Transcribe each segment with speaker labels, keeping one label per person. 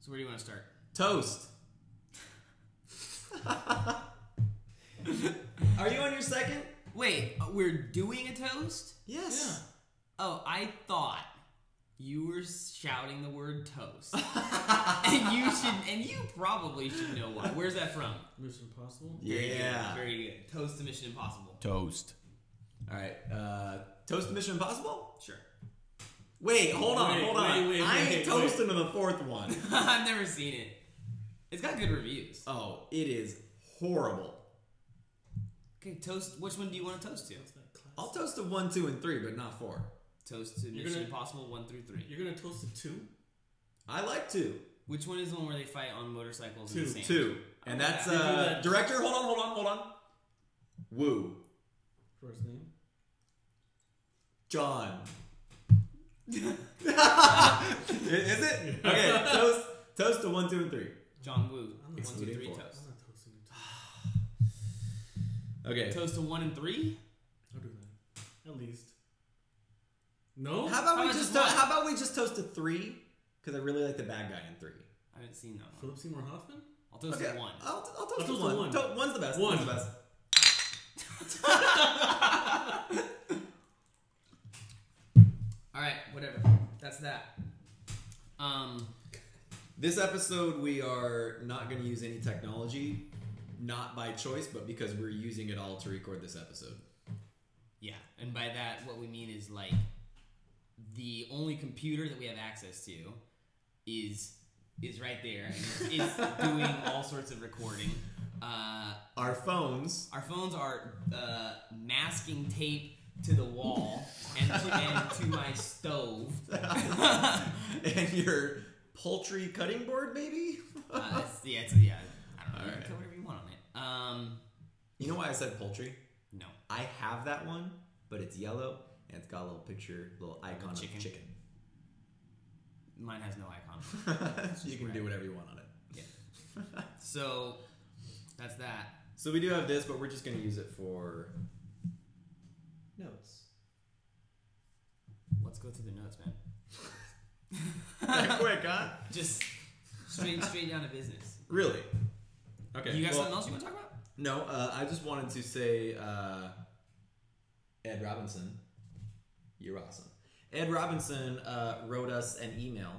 Speaker 1: So where do you want to start?
Speaker 2: Toast. Are you on your second?
Speaker 1: Wait, uh, we're doing a toast?
Speaker 2: Yes.
Speaker 1: Oh, I thought you were shouting the word toast, and you should, and you probably should know why. Where's that from?
Speaker 3: Mission Impossible.
Speaker 1: Very good,
Speaker 2: Yeah.
Speaker 1: very good. Toast to Mission Impossible.
Speaker 2: Toast. All right. Uh, toast to Mission Impossible?
Speaker 1: Sure.
Speaker 2: Wait, hold on,
Speaker 3: Wait,
Speaker 2: hold on.
Speaker 3: wait, wait,
Speaker 2: I ain't
Speaker 3: wait,
Speaker 2: toasting to the fourth one.
Speaker 1: I've never seen it. It's got good reviews.
Speaker 2: Oh, it is horrible.
Speaker 1: Okay, toast. Which one do you want to toast to?
Speaker 3: It's not class.
Speaker 2: I'll toast to one, two, and three, but not four.
Speaker 1: Toast to
Speaker 3: You're
Speaker 1: Mission
Speaker 3: gonna-
Speaker 1: Impossible one through three.
Speaker 3: You're gonna toast it two?
Speaker 2: I like two.
Speaker 1: Which one is the one where they fight on motorcycles? in
Speaker 3: Two,
Speaker 1: the sand?
Speaker 2: Two. And
Speaker 1: Okay.
Speaker 2: that's
Speaker 3: Did you do
Speaker 2: uh
Speaker 3: that-
Speaker 2: director, hold on, hold on, hold on. Woo.
Speaker 3: First name.
Speaker 2: John. is it? Okay, toast toast to one, two, and three.
Speaker 1: John Woo.
Speaker 3: I'm not
Speaker 1: One, two,
Speaker 2: Excluding
Speaker 1: three.
Speaker 2: four.
Speaker 1: Toast.
Speaker 3: I'm not toasting it.
Speaker 2: Okay.
Speaker 1: Toast to one and three.
Speaker 3: I'll do that. At least. No?
Speaker 2: How
Speaker 1: How
Speaker 2: about we
Speaker 1: about just
Speaker 2: just to-
Speaker 1: one?
Speaker 2: how about we just toast to three? Because I really like the bad guy in three.
Speaker 1: I haven't seen that one.
Speaker 3: Philip Seymour Hoffman?
Speaker 1: I'll toast
Speaker 2: Okay,
Speaker 1: to one.
Speaker 2: I'll, I'll toast
Speaker 3: I'll
Speaker 2: to one. To- one's the best.
Speaker 3: One.
Speaker 2: One's the best.
Speaker 1: All right, whatever. That's that. Um,
Speaker 2: This episode, we are not going to use any technology, not by choice, but because we're using it all to record this episode.
Speaker 1: yeah, and by that, what we mean is like the only computer that we have access to is is right there. and It's doing all sorts of recording. Uh,
Speaker 2: Our phones.
Speaker 1: our phones are uh, masking tape to the wall and to, and to my stove.
Speaker 2: and your poultry cutting board, maybe?
Speaker 1: Uh, it's, yeah, it's, yeah. I don't know.
Speaker 2: All
Speaker 1: you can
Speaker 2: right.
Speaker 1: put whatever you want on it. Um,
Speaker 2: You know why I said poultry?
Speaker 1: no.
Speaker 2: I have that one, but it's yellow and it's got a little picture, little icon of
Speaker 1: chicken.
Speaker 2: chicken.
Speaker 1: Mine has no icon.
Speaker 2: so you can do whatever you want on it.
Speaker 1: Yeah. So that's that.
Speaker 2: So we do have this, but we're just going to use it for notes.
Speaker 1: Let's go through the notes, man.
Speaker 2: That quick, huh?
Speaker 1: Just straight straight down to business.
Speaker 2: Really? Okay.
Speaker 1: you got
Speaker 2: well-
Speaker 1: something else you want to talk about?
Speaker 2: No, uh, I just wanted to say, uh, Ed Robinson, you're awesome. Ed Robinson uh, wrote us an email,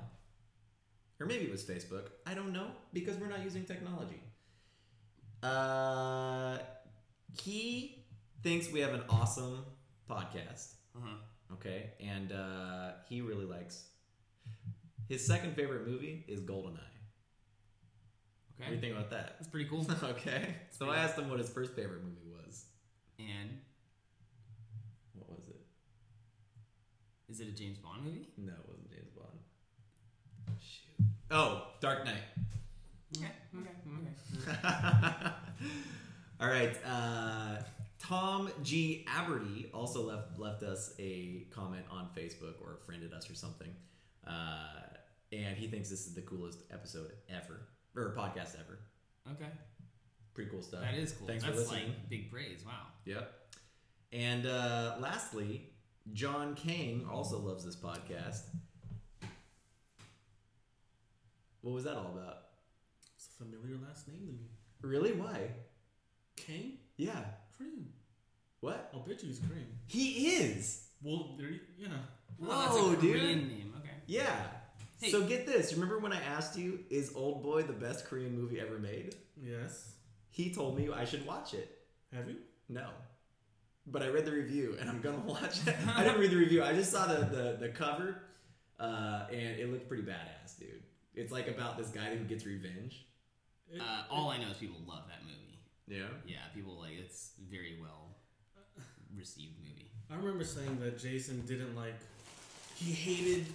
Speaker 2: or maybe it was Facebook. I don't know because we're not using technology. Uh, he thinks we have an awesome podcast.
Speaker 1: Uh-huh.
Speaker 2: Okay, and uh, he really likes. His second favorite movie is Goldeneye. What do you
Speaker 1: Okay.
Speaker 2: think about that?
Speaker 1: That's pretty cool.
Speaker 2: okay. So I asked him what his first favorite movie was.
Speaker 1: And
Speaker 2: What was it?
Speaker 1: is it a James Bond movie?
Speaker 2: No, it wasn't James Bond. Shoot. Oh, Dark
Speaker 1: Okay. Okay. Okay.
Speaker 2: Knight. All right. Uh, Tom G. Aberty also left left us a comment on Facebook or friended us or something, uh, and he thinks this is the coolest episode ever or podcast ever.
Speaker 1: Okay.
Speaker 2: Pretty cool stuff.
Speaker 1: That is cool.
Speaker 2: Thanks
Speaker 1: That's
Speaker 2: for listening.
Speaker 1: like big praise. Wow.
Speaker 2: Yep. And uh, lastly, John Kang also loves this podcast. What was that all about?
Speaker 3: It's a familiar last name to me.
Speaker 2: Really? Why?
Speaker 3: Kane?
Speaker 2: Yeah.
Speaker 3: Cream.
Speaker 2: What?
Speaker 3: I'll bet you he's cream.
Speaker 2: He is.
Speaker 3: Well, there you, yeah.
Speaker 1: Oh,
Speaker 2: Whoa,
Speaker 1: that's a Korean
Speaker 2: dude.
Speaker 1: name. Okay.
Speaker 2: Yeah.
Speaker 1: Hey.
Speaker 2: So get this. Remember when I asked you, is Old Boy the best Korean movie ever made?
Speaker 3: Yes.
Speaker 2: He told me I should watch it.
Speaker 3: Have you?
Speaker 2: No. But I read the review and I'm gonna watch it. I didn't read the review. I just saw the the, the cover, uh, and it looked pretty badass, dude. It's like about this guy who gets revenge.
Speaker 3: It-
Speaker 1: Uh, all I know is people love that movie.
Speaker 2: Yeah.
Speaker 1: Yeah, people like it's very well received movie.
Speaker 3: I remember saying that Jason didn't like. He hated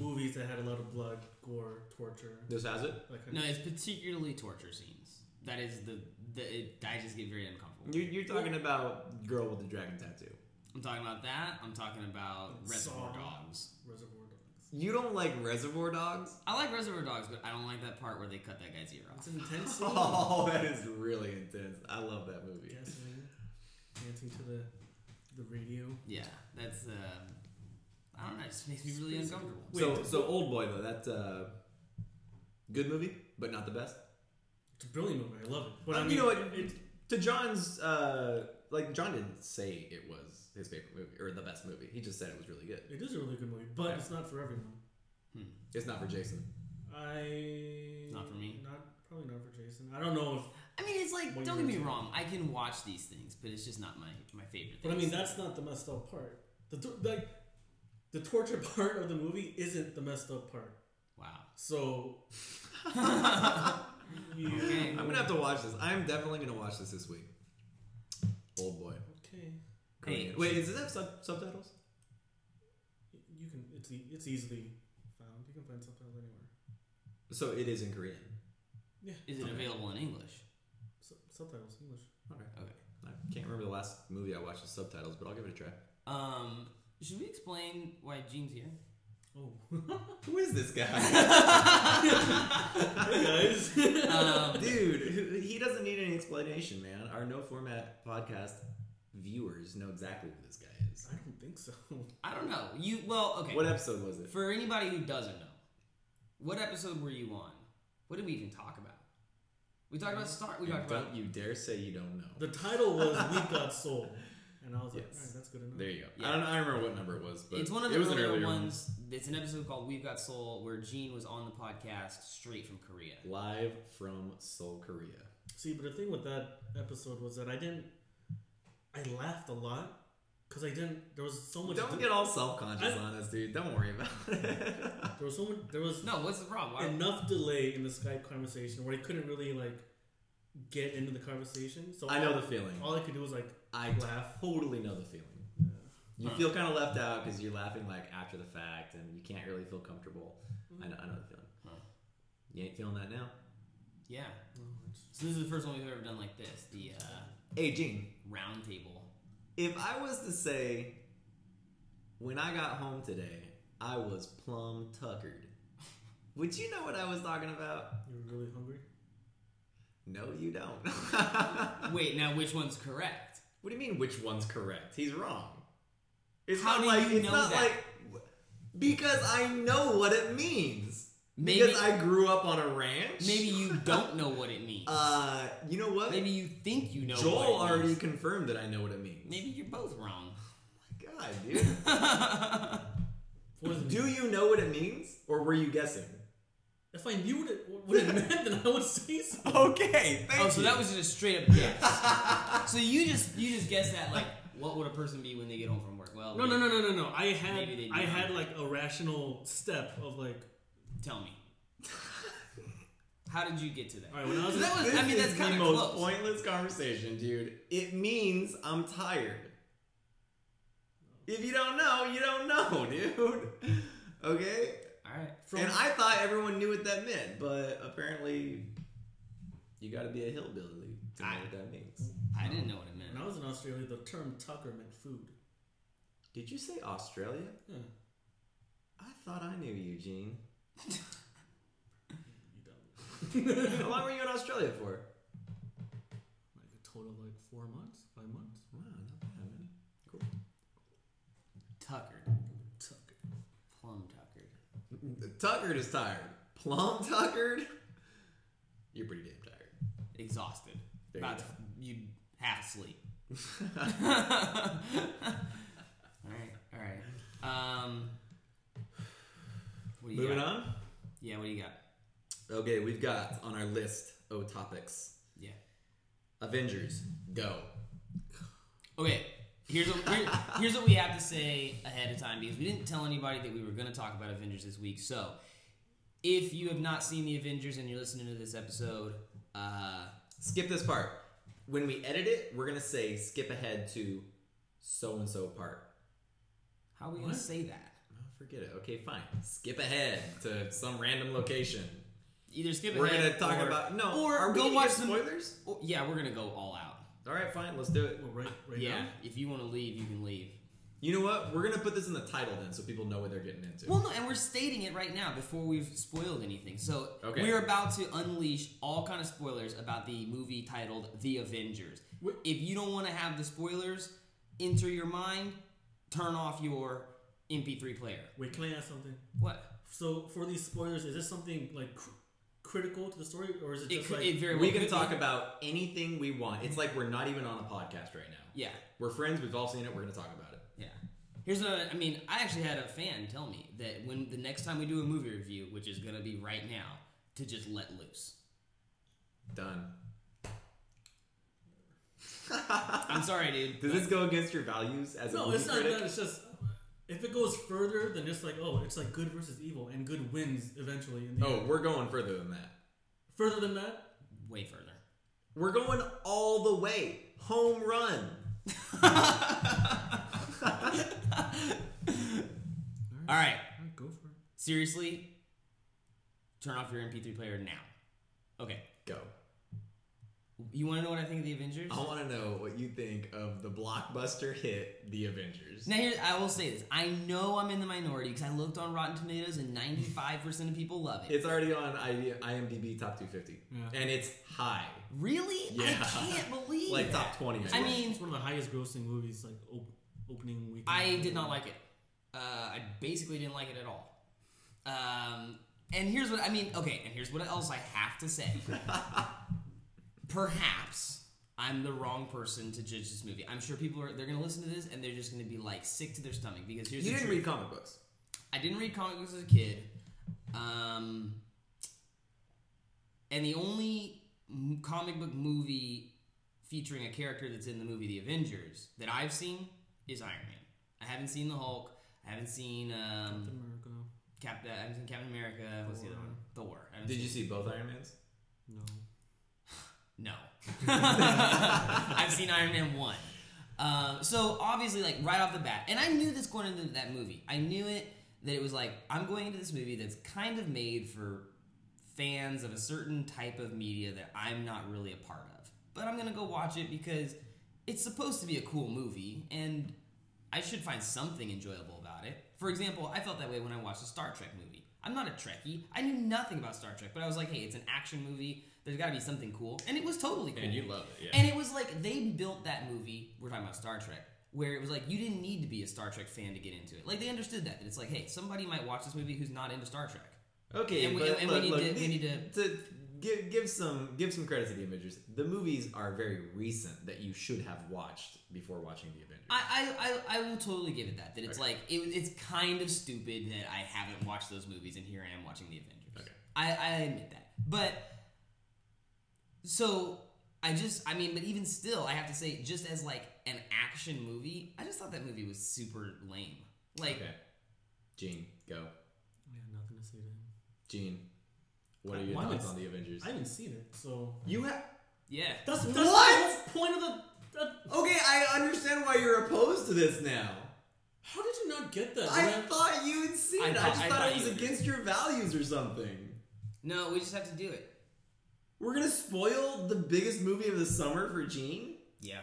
Speaker 3: movies that had a lot of blood, gore, torture.
Speaker 2: This has it.
Speaker 3: Like
Speaker 1: No, it's particularly torture scenes. That is the, the it, I just get very uncomfortable.
Speaker 2: You're, you're talking about girl with the dragon tattoo.
Speaker 1: I'm talking about that. I'm talking about
Speaker 3: Saw.
Speaker 1: Reservoir Dogs.
Speaker 3: Reservoir Dogs.
Speaker 2: You don't like Reservoir Dogs?
Speaker 1: I like Reservoir Dogs, but I don't like that part where they cut that guy's ear off.
Speaker 3: It's intense.
Speaker 2: Oh, that is really intense. I love that movie.
Speaker 3: Gasoline. Dancing to the the radio.
Speaker 1: Yeah, that's. Uh, I don't know. It just makes me really
Speaker 3: It's-
Speaker 1: uncomfortable.
Speaker 2: so
Speaker 3: Wait.
Speaker 2: so old boy though. That's uh, Good movie, but not the best.
Speaker 3: It's a brilliant movie. I love it. But
Speaker 2: Uh,
Speaker 3: I mean,
Speaker 2: you know what?
Speaker 3: it-
Speaker 2: to John's, uh, like John didn't say it was his favorite movie or the best movie. He just said it was really good.
Speaker 3: it is a really good movie, but
Speaker 2: Yeah.
Speaker 3: it's not for everyone.
Speaker 2: It's not for Jason.
Speaker 3: I
Speaker 1: Not for me.
Speaker 3: Not probably not for Jason. I don't know if.
Speaker 1: I mean, it's like
Speaker 3: What
Speaker 1: don't get
Speaker 3: you
Speaker 1: me
Speaker 3: were saying.
Speaker 1: wrong. I can watch these things, but it's just not my my favorite.
Speaker 3: But I
Speaker 1: things.
Speaker 3: mean, that's not the messed up part. The tor- like the torture part of the movie isn't the messed up part.
Speaker 1: wow.
Speaker 3: So you,
Speaker 1: Okay.
Speaker 2: I'm gonna have to watch this. I'm definitely gonna watch this this week. Old boy.
Speaker 3: Okay.
Speaker 1: Hey.
Speaker 2: Wait, does it have sub- subtitles?
Speaker 3: You can. It's e- it's easily found. You can find something else anywhere.
Speaker 2: So it is in Korean.
Speaker 1: Is it
Speaker 2: Okay.
Speaker 1: available in English?
Speaker 3: Sub- subtitles English.
Speaker 2: Okay.
Speaker 1: Okay.
Speaker 2: I can't remember the last movie I watched with subtitles, but I'll give it a try.
Speaker 1: Um, should we explain why Gene's here?
Speaker 3: Oh,
Speaker 2: Who is this guy?
Speaker 3: hey guys.
Speaker 1: Um,
Speaker 2: Dude, who, he doesn't need any explanation, man. Our no format podcast viewers know exactly who this guy is.
Speaker 3: I don't think so.
Speaker 1: I don't know. You well, okay.
Speaker 2: What episode was it?
Speaker 1: For anybody who doesn't know, what episode were you on? What did we even talk about? We talked about Star. We
Speaker 2: And
Speaker 1: talked about
Speaker 2: don't you dare say you don't know.
Speaker 3: The title was "We Got Soul," and I was like,
Speaker 2: Yes.
Speaker 3: "All right, that's good enough."
Speaker 2: There you go.
Speaker 1: Yeah.
Speaker 2: I don't. I don't remember what number it was, but
Speaker 1: it's one of
Speaker 2: it
Speaker 1: the
Speaker 2: was an
Speaker 1: earlier,
Speaker 2: earlier one.
Speaker 1: ones. It's an episode called "We've Got Soul," where Gene was on the podcast straight from Korea.
Speaker 2: Live from Seoul, Korea.
Speaker 3: See, but the thing with that episode was that I didn't. I laughed a lot because I didn't. There was so much.
Speaker 2: Don't
Speaker 3: di-
Speaker 2: get all self conscious
Speaker 3: I-
Speaker 2: on us, dude. Don't worry about it.
Speaker 3: there was so much. There was
Speaker 1: No, what's the problem? Why-
Speaker 3: enough delay in the Skype conversation where I couldn't really like get into the conversation. So
Speaker 2: I know
Speaker 3: all-
Speaker 2: the feeling.
Speaker 3: All I could do was like "Oh,
Speaker 2: I
Speaker 3: laugh.
Speaker 2: totally know the feeling. You
Speaker 1: Huh.
Speaker 2: feel kind of left out because you're laughing like after the fact, and you can't really feel comfortable. I know. I know the feeling.
Speaker 1: Huh.
Speaker 2: You ain't feeling that now.
Speaker 1: yeah.
Speaker 3: "Oh, it's-
Speaker 1: So this is the first one we've ever done like this. The uh,
Speaker 2: Hey, Gene.
Speaker 1: round table.
Speaker 2: If I was to say, when I got home today, I was plum tuckered. Would you know what I was talking about?
Speaker 3: You were really hungry.
Speaker 2: No, you don't. what
Speaker 1: Wait, now which one's correct?
Speaker 2: do you mean? Which one's correct? He's wrong. It's
Speaker 1: How
Speaker 2: not
Speaker 1: do
Speaker 2: like
Speaker 1: you
Speaker 2: it's
Speaker 1: know
Speaker 2: not
Speaker 1: that?
Speaker 2: like because I know what it means.
Speaker 1: Maybe
Speaker 2: Because I grew up on a ranch.
Speaker 1: maybe you don't know what it means.
Speaker 2: Uh, you know what?
Speaker 1: maybe you think you know.
Speaker 2: Joel
Speaker 1: what it
Speaker 2: already
Speaker 1: means.
Speaker 2: confirmed that I know what it means.
Speaker 1: Maybe you're both wrong.
Speaker 2: God, dude.
Speaker 3: Poison.
Speaker 2: Do you know what it means, or were you guessing?
Speaker 3: If I knew what it, what it meant, then I would say so.
Speaker 2: Okay, thank
Speaker 1: Oh, so that was just a straight up guess. so you just you just guessed that like what would a person be when they get home from work? Well,
Speaker 3: No, no, no, no, no, no. I
Speaker 1: Maybe they
Speaker 3: had
Speaker 1: do
Speaker 3: I
Speaker 1: know.
Speaker 3: had like a rational step of like,
Speaker 1: Tell me, how did you get to that?
Speaker 3: all right, when I was
Speaker 1: That was-
Speaker 2: This
Speaker 1: I mean,
Speaker 2: is
Speaker 1: that's
Speaker 2: the
Speaker 1: kinda
Speaker 2: most
Speaker 1: close.
Speaker 2: pointless conversation, dude. It means I'm tired. If you don't know, you don't know, dude. Okay.
Speaker 1: All right.
Speaker 3: from
Speaker 2: and I thought everyone knew what that meant, but apparently, you got to be a hillbilly to know
Speaker 1: I-
Speaker 2: what that means.
Speaker 1: I didn't know what it
Speaker 3: When
Speaker 1: meant.
Speaker 3: I was in Australia, the term tucker meant food.
Speaker 2: Did you say Australia?
Speaker 3: Yeah,
Speaker 2: I thought I knew you, Gene.
Speaker 3: you don't.
Speaker 2: How long were you in Australia for?
Speaker 3: Like a total of like four months, five months.
Speaker 2: Wow, not bad, man. Cool.
Speaker 1: Tuckered,
Speaker 3: Tucker.
Speaker 1: plum tuckered.
Speaker 2: Tuckered is tired. Plum Tuckered? You're pretty damn tired.
Speaker 1: exhausted.
Speaker 2: There you
Speaker 1: About
Speaker 2: go.
Speaker 1: you half asleep. all right, all right. Um, what do you
Speaker 2: Moving
Speaker 1: got?
Speaker 2: on.
Speaker 1: Yeah, what do you got?
Speaker 2: Okay, we've got on our list O topics
Speaker 1: Yeah.
Speaker 2: Avengers, go.
Speaker 1: Okay. Here's what, here- here's what we have to say ahead of time because we didn't tell anybody that we were going to talk about Avengers this week. So, if you have not seen the Avengers and you're listening to this episode, uh,
Speaker 2: Skip this part. When we edit it, we're going to say skip ahead to so and so part.
Speaker 1: how are we going to
Speaker 3: What?
Speaker 1: say that?
Speaker 2: Oh, forget it. Okay, fine. Skip ahead to some random location.
Speaker 1: Either skip
Speaker 2: We're
Speaker 1: ahead
Speaker 2: gonna talk
Speaker 1: or-
Speaker 2: about no.
Speaker 1: or
Speaker 2: are we
Speaker 1: go
Speaker 2: gonna
Speaker 1: watch
Speaker 2: get
Speaker 1: the-
Speaker 2: spoilers.
Speaker 1: or- yeah, we're going to go all out.
Speaker 2: All right, fine. Let's do it.
Speaker 3: Well, right, right
Speaker 1: yeah,
Speaker 3: now.
Speaker 1: if you want to leave, you can leave.
Speaker 2: You know what? We're gonna put this in the title then, so people know what they're getting into.
Speaker 1: Well, no, and we're stating it right now before we've spoiled anything. So
Speaker 2: Okay.
Speaker 1: we're about to unleash all kind of spoilers about the movie titled The Avengers.
Speaker 3: Wh-
Speaker 1: If you don't want to have the spoilers enter your mind, turn off your MP3 player.
Speaker 3: Wait, can I ask something?
Speaker 1: What?
Speaker 3: So for these spoilers, is this something like cr- critical to the story, or is it
Speaker 1: It
Speaker 3: just
Speaker 1: could-
Speaker 3: like
Speaker 1: it very well
Speaker 2: We can
Speaker 1: could
Speaker 2: talk
Speaker 1: be.
Speaker 2: about anything we want. It's like we're not even on a podcast right now.
Speaker 1: Yeah,
Speaker 2: We're friends. We've all seen it. We're going to talk about it.
Speaker 1: yeah. Here's another. I mean, I actually had a fan tell me that when the next time we do a movie review, which is gonna be right now, to just let loose.
Speaker 2: Done.
Speaker 1: I'm sorry, dude.
Speaker 2: Does this go against your values as a
Speaker 3: no?
Speaker 2: movie
Speaker 3: It's not
Speaker 2: critic?
Speaker 3: that. It's just if it goes further than just like oh, it's like good versus evil, and good wins eventually. In the
Speaker 2: Oh,
Speaker 3: end.
Speaker 2: we're going further than that.
Speaker 3: further than that,
Speaker 1: Way further.
Speaker 2: We're going all the way. Home run.
Speaker 1: All right.
Speaker 3: go for it.
Speaker 1: Seriously, turn off your MP3 player now. Okay.
Speaker 2: Go.
Speaker 1: You want to know what I think of the Avengers?
Speaker 2: I want to know what you think of the blockbuster hit, The Avengers.
Speaker 1: Now, here, I will say this. I know I'm in the minority because I looked on Rotten Tomatoes and 95% of people love it.
Speaker 2: It's already on ID- IMDb top 250,
Speaker 3: Yeah.
Speaker 2: and it's high,
Speaker 1: really?
Speaker 2: Yeah.
Speaker 1: I can't believe
Speaker 2: like
Speaker 1: it.
Speaker 2: top 20.
Speaker 1: I
Speaker 2: think.
Speaker 1: mean,
Speaker 3: It's one of the highest grossing movies like op- opening weekend.
Speaker 1: I did not like it. Uh, I basically didn't like it at all. Um, and here's what I mean. Okay, and here's what else I have to say. Perhaps I'm the wrong person to judge this movie. I'm sure people are they're going to listen to this and they're just going to be like sick to their stomach because here's
Speaker 2: you
Speaker 1: the
Speaker 2: didn't
Speaker 1: truth.
Speaker 2: read comic books.
Speaker 1: I didn't read comic books as a kid. Um, and the only m- comic book movie featuring a character that's in the movie The Avengers that I've seen is Iron Man. I haven't seen the Hulk. I haven't seen um,
Speaker 3: America.
Speaker 1: Cap- I haven't seen Captain America. What's the other one? Thor. I haven't
Speaker 2: Did
Speaker 1: seen-
Speaker 2: you see both Iron Mans?
Speaker 3: No.
Speaker 1: No. I've seen Iron Man 1. Um, so obviously, like right off the bat, and I knew this going into that movie. I knew it that it was like I'm going into this movie that's kind of made for fans of a certain type of media that I'm not really a part of. But I'm gonna go watch it because it's supposed to be a cool movie, and I should find something enjoyable about it. For example, I felt that way when I watched a Star Trek movie. I'm not a Trekkie. I knew nothing about Star Trek, but I was like, hey, it's an action movie. There's got to be something cool, and it was totally cool.
Speaker 2: love it,
Speaker 1: And it was like they built that movie. We're talking about Star Trek, where it was like you didn't need to be a Star Trek fan to get into it. Like they understood that that it's like, hey, somebody might watch this movie who's not into Star Trek.
Speaker 2: Okay,
Speaker 1: And we-
Speaker 2: but
Speaker 1: and we
Speaker 2: look,
Speaker 1: need
Speaker 2: look,
Speaker 1: to- we
Speaker 2: the-
Speaker 1: need to-
Speaker 2: give give some give some credit to the Avengers. The movies are very recent that you should have watched before watching the Avengers.
Speaker 1: I I, I, I will totally give it that. That it's like it, it's kind of stupid that I haven't watched those movies, and here I am watching the Avengers.
Speaker 2: Okay.
Speaker 1: I, I admit that, but so I just I mean, but even still, I have to say, just as like an action movie, I just thought that movie was super lame. Like.
Speaker 2: okay, Gene, go,
Speaker 3: I have nothing to say to him.
Speaker 2: Gene. What are
Speaker 3: I-
Speaker 2: your
Speaker 3: why
Speaker 2: thoughts
Speaker 3: was-
Speaker 2: on the Avengers?
Speaker 3: I haven't seen it, so
Speaker 2: you have
Speaker 1: Yeah.
Speaker 3: that's, that's
Speaker 2: What?
Speaker 3: the whole point of the. That,
Speaker 2: okay. I understand why you're opposed to this now.
Speaker 3: how did you not get that?
Speaker 2: I
Speaker 3: man?
Speaker 2: thought you'd seen
Speaker 1: I
Speaker 2: it. I
Speaker 1: thought-
Speaker 2: just
Speaker 1: I
Speaker 2: thought,
Speaker 1: thought
Speaker 2: it was
Speaker 1: you-
Speaker 2: against your values or something.
Speaker 1: No, we just have to do it.
Speaker 2: We're gonna spoil the biggest movie of the summer for Gene.
Speaker 1: Yeah.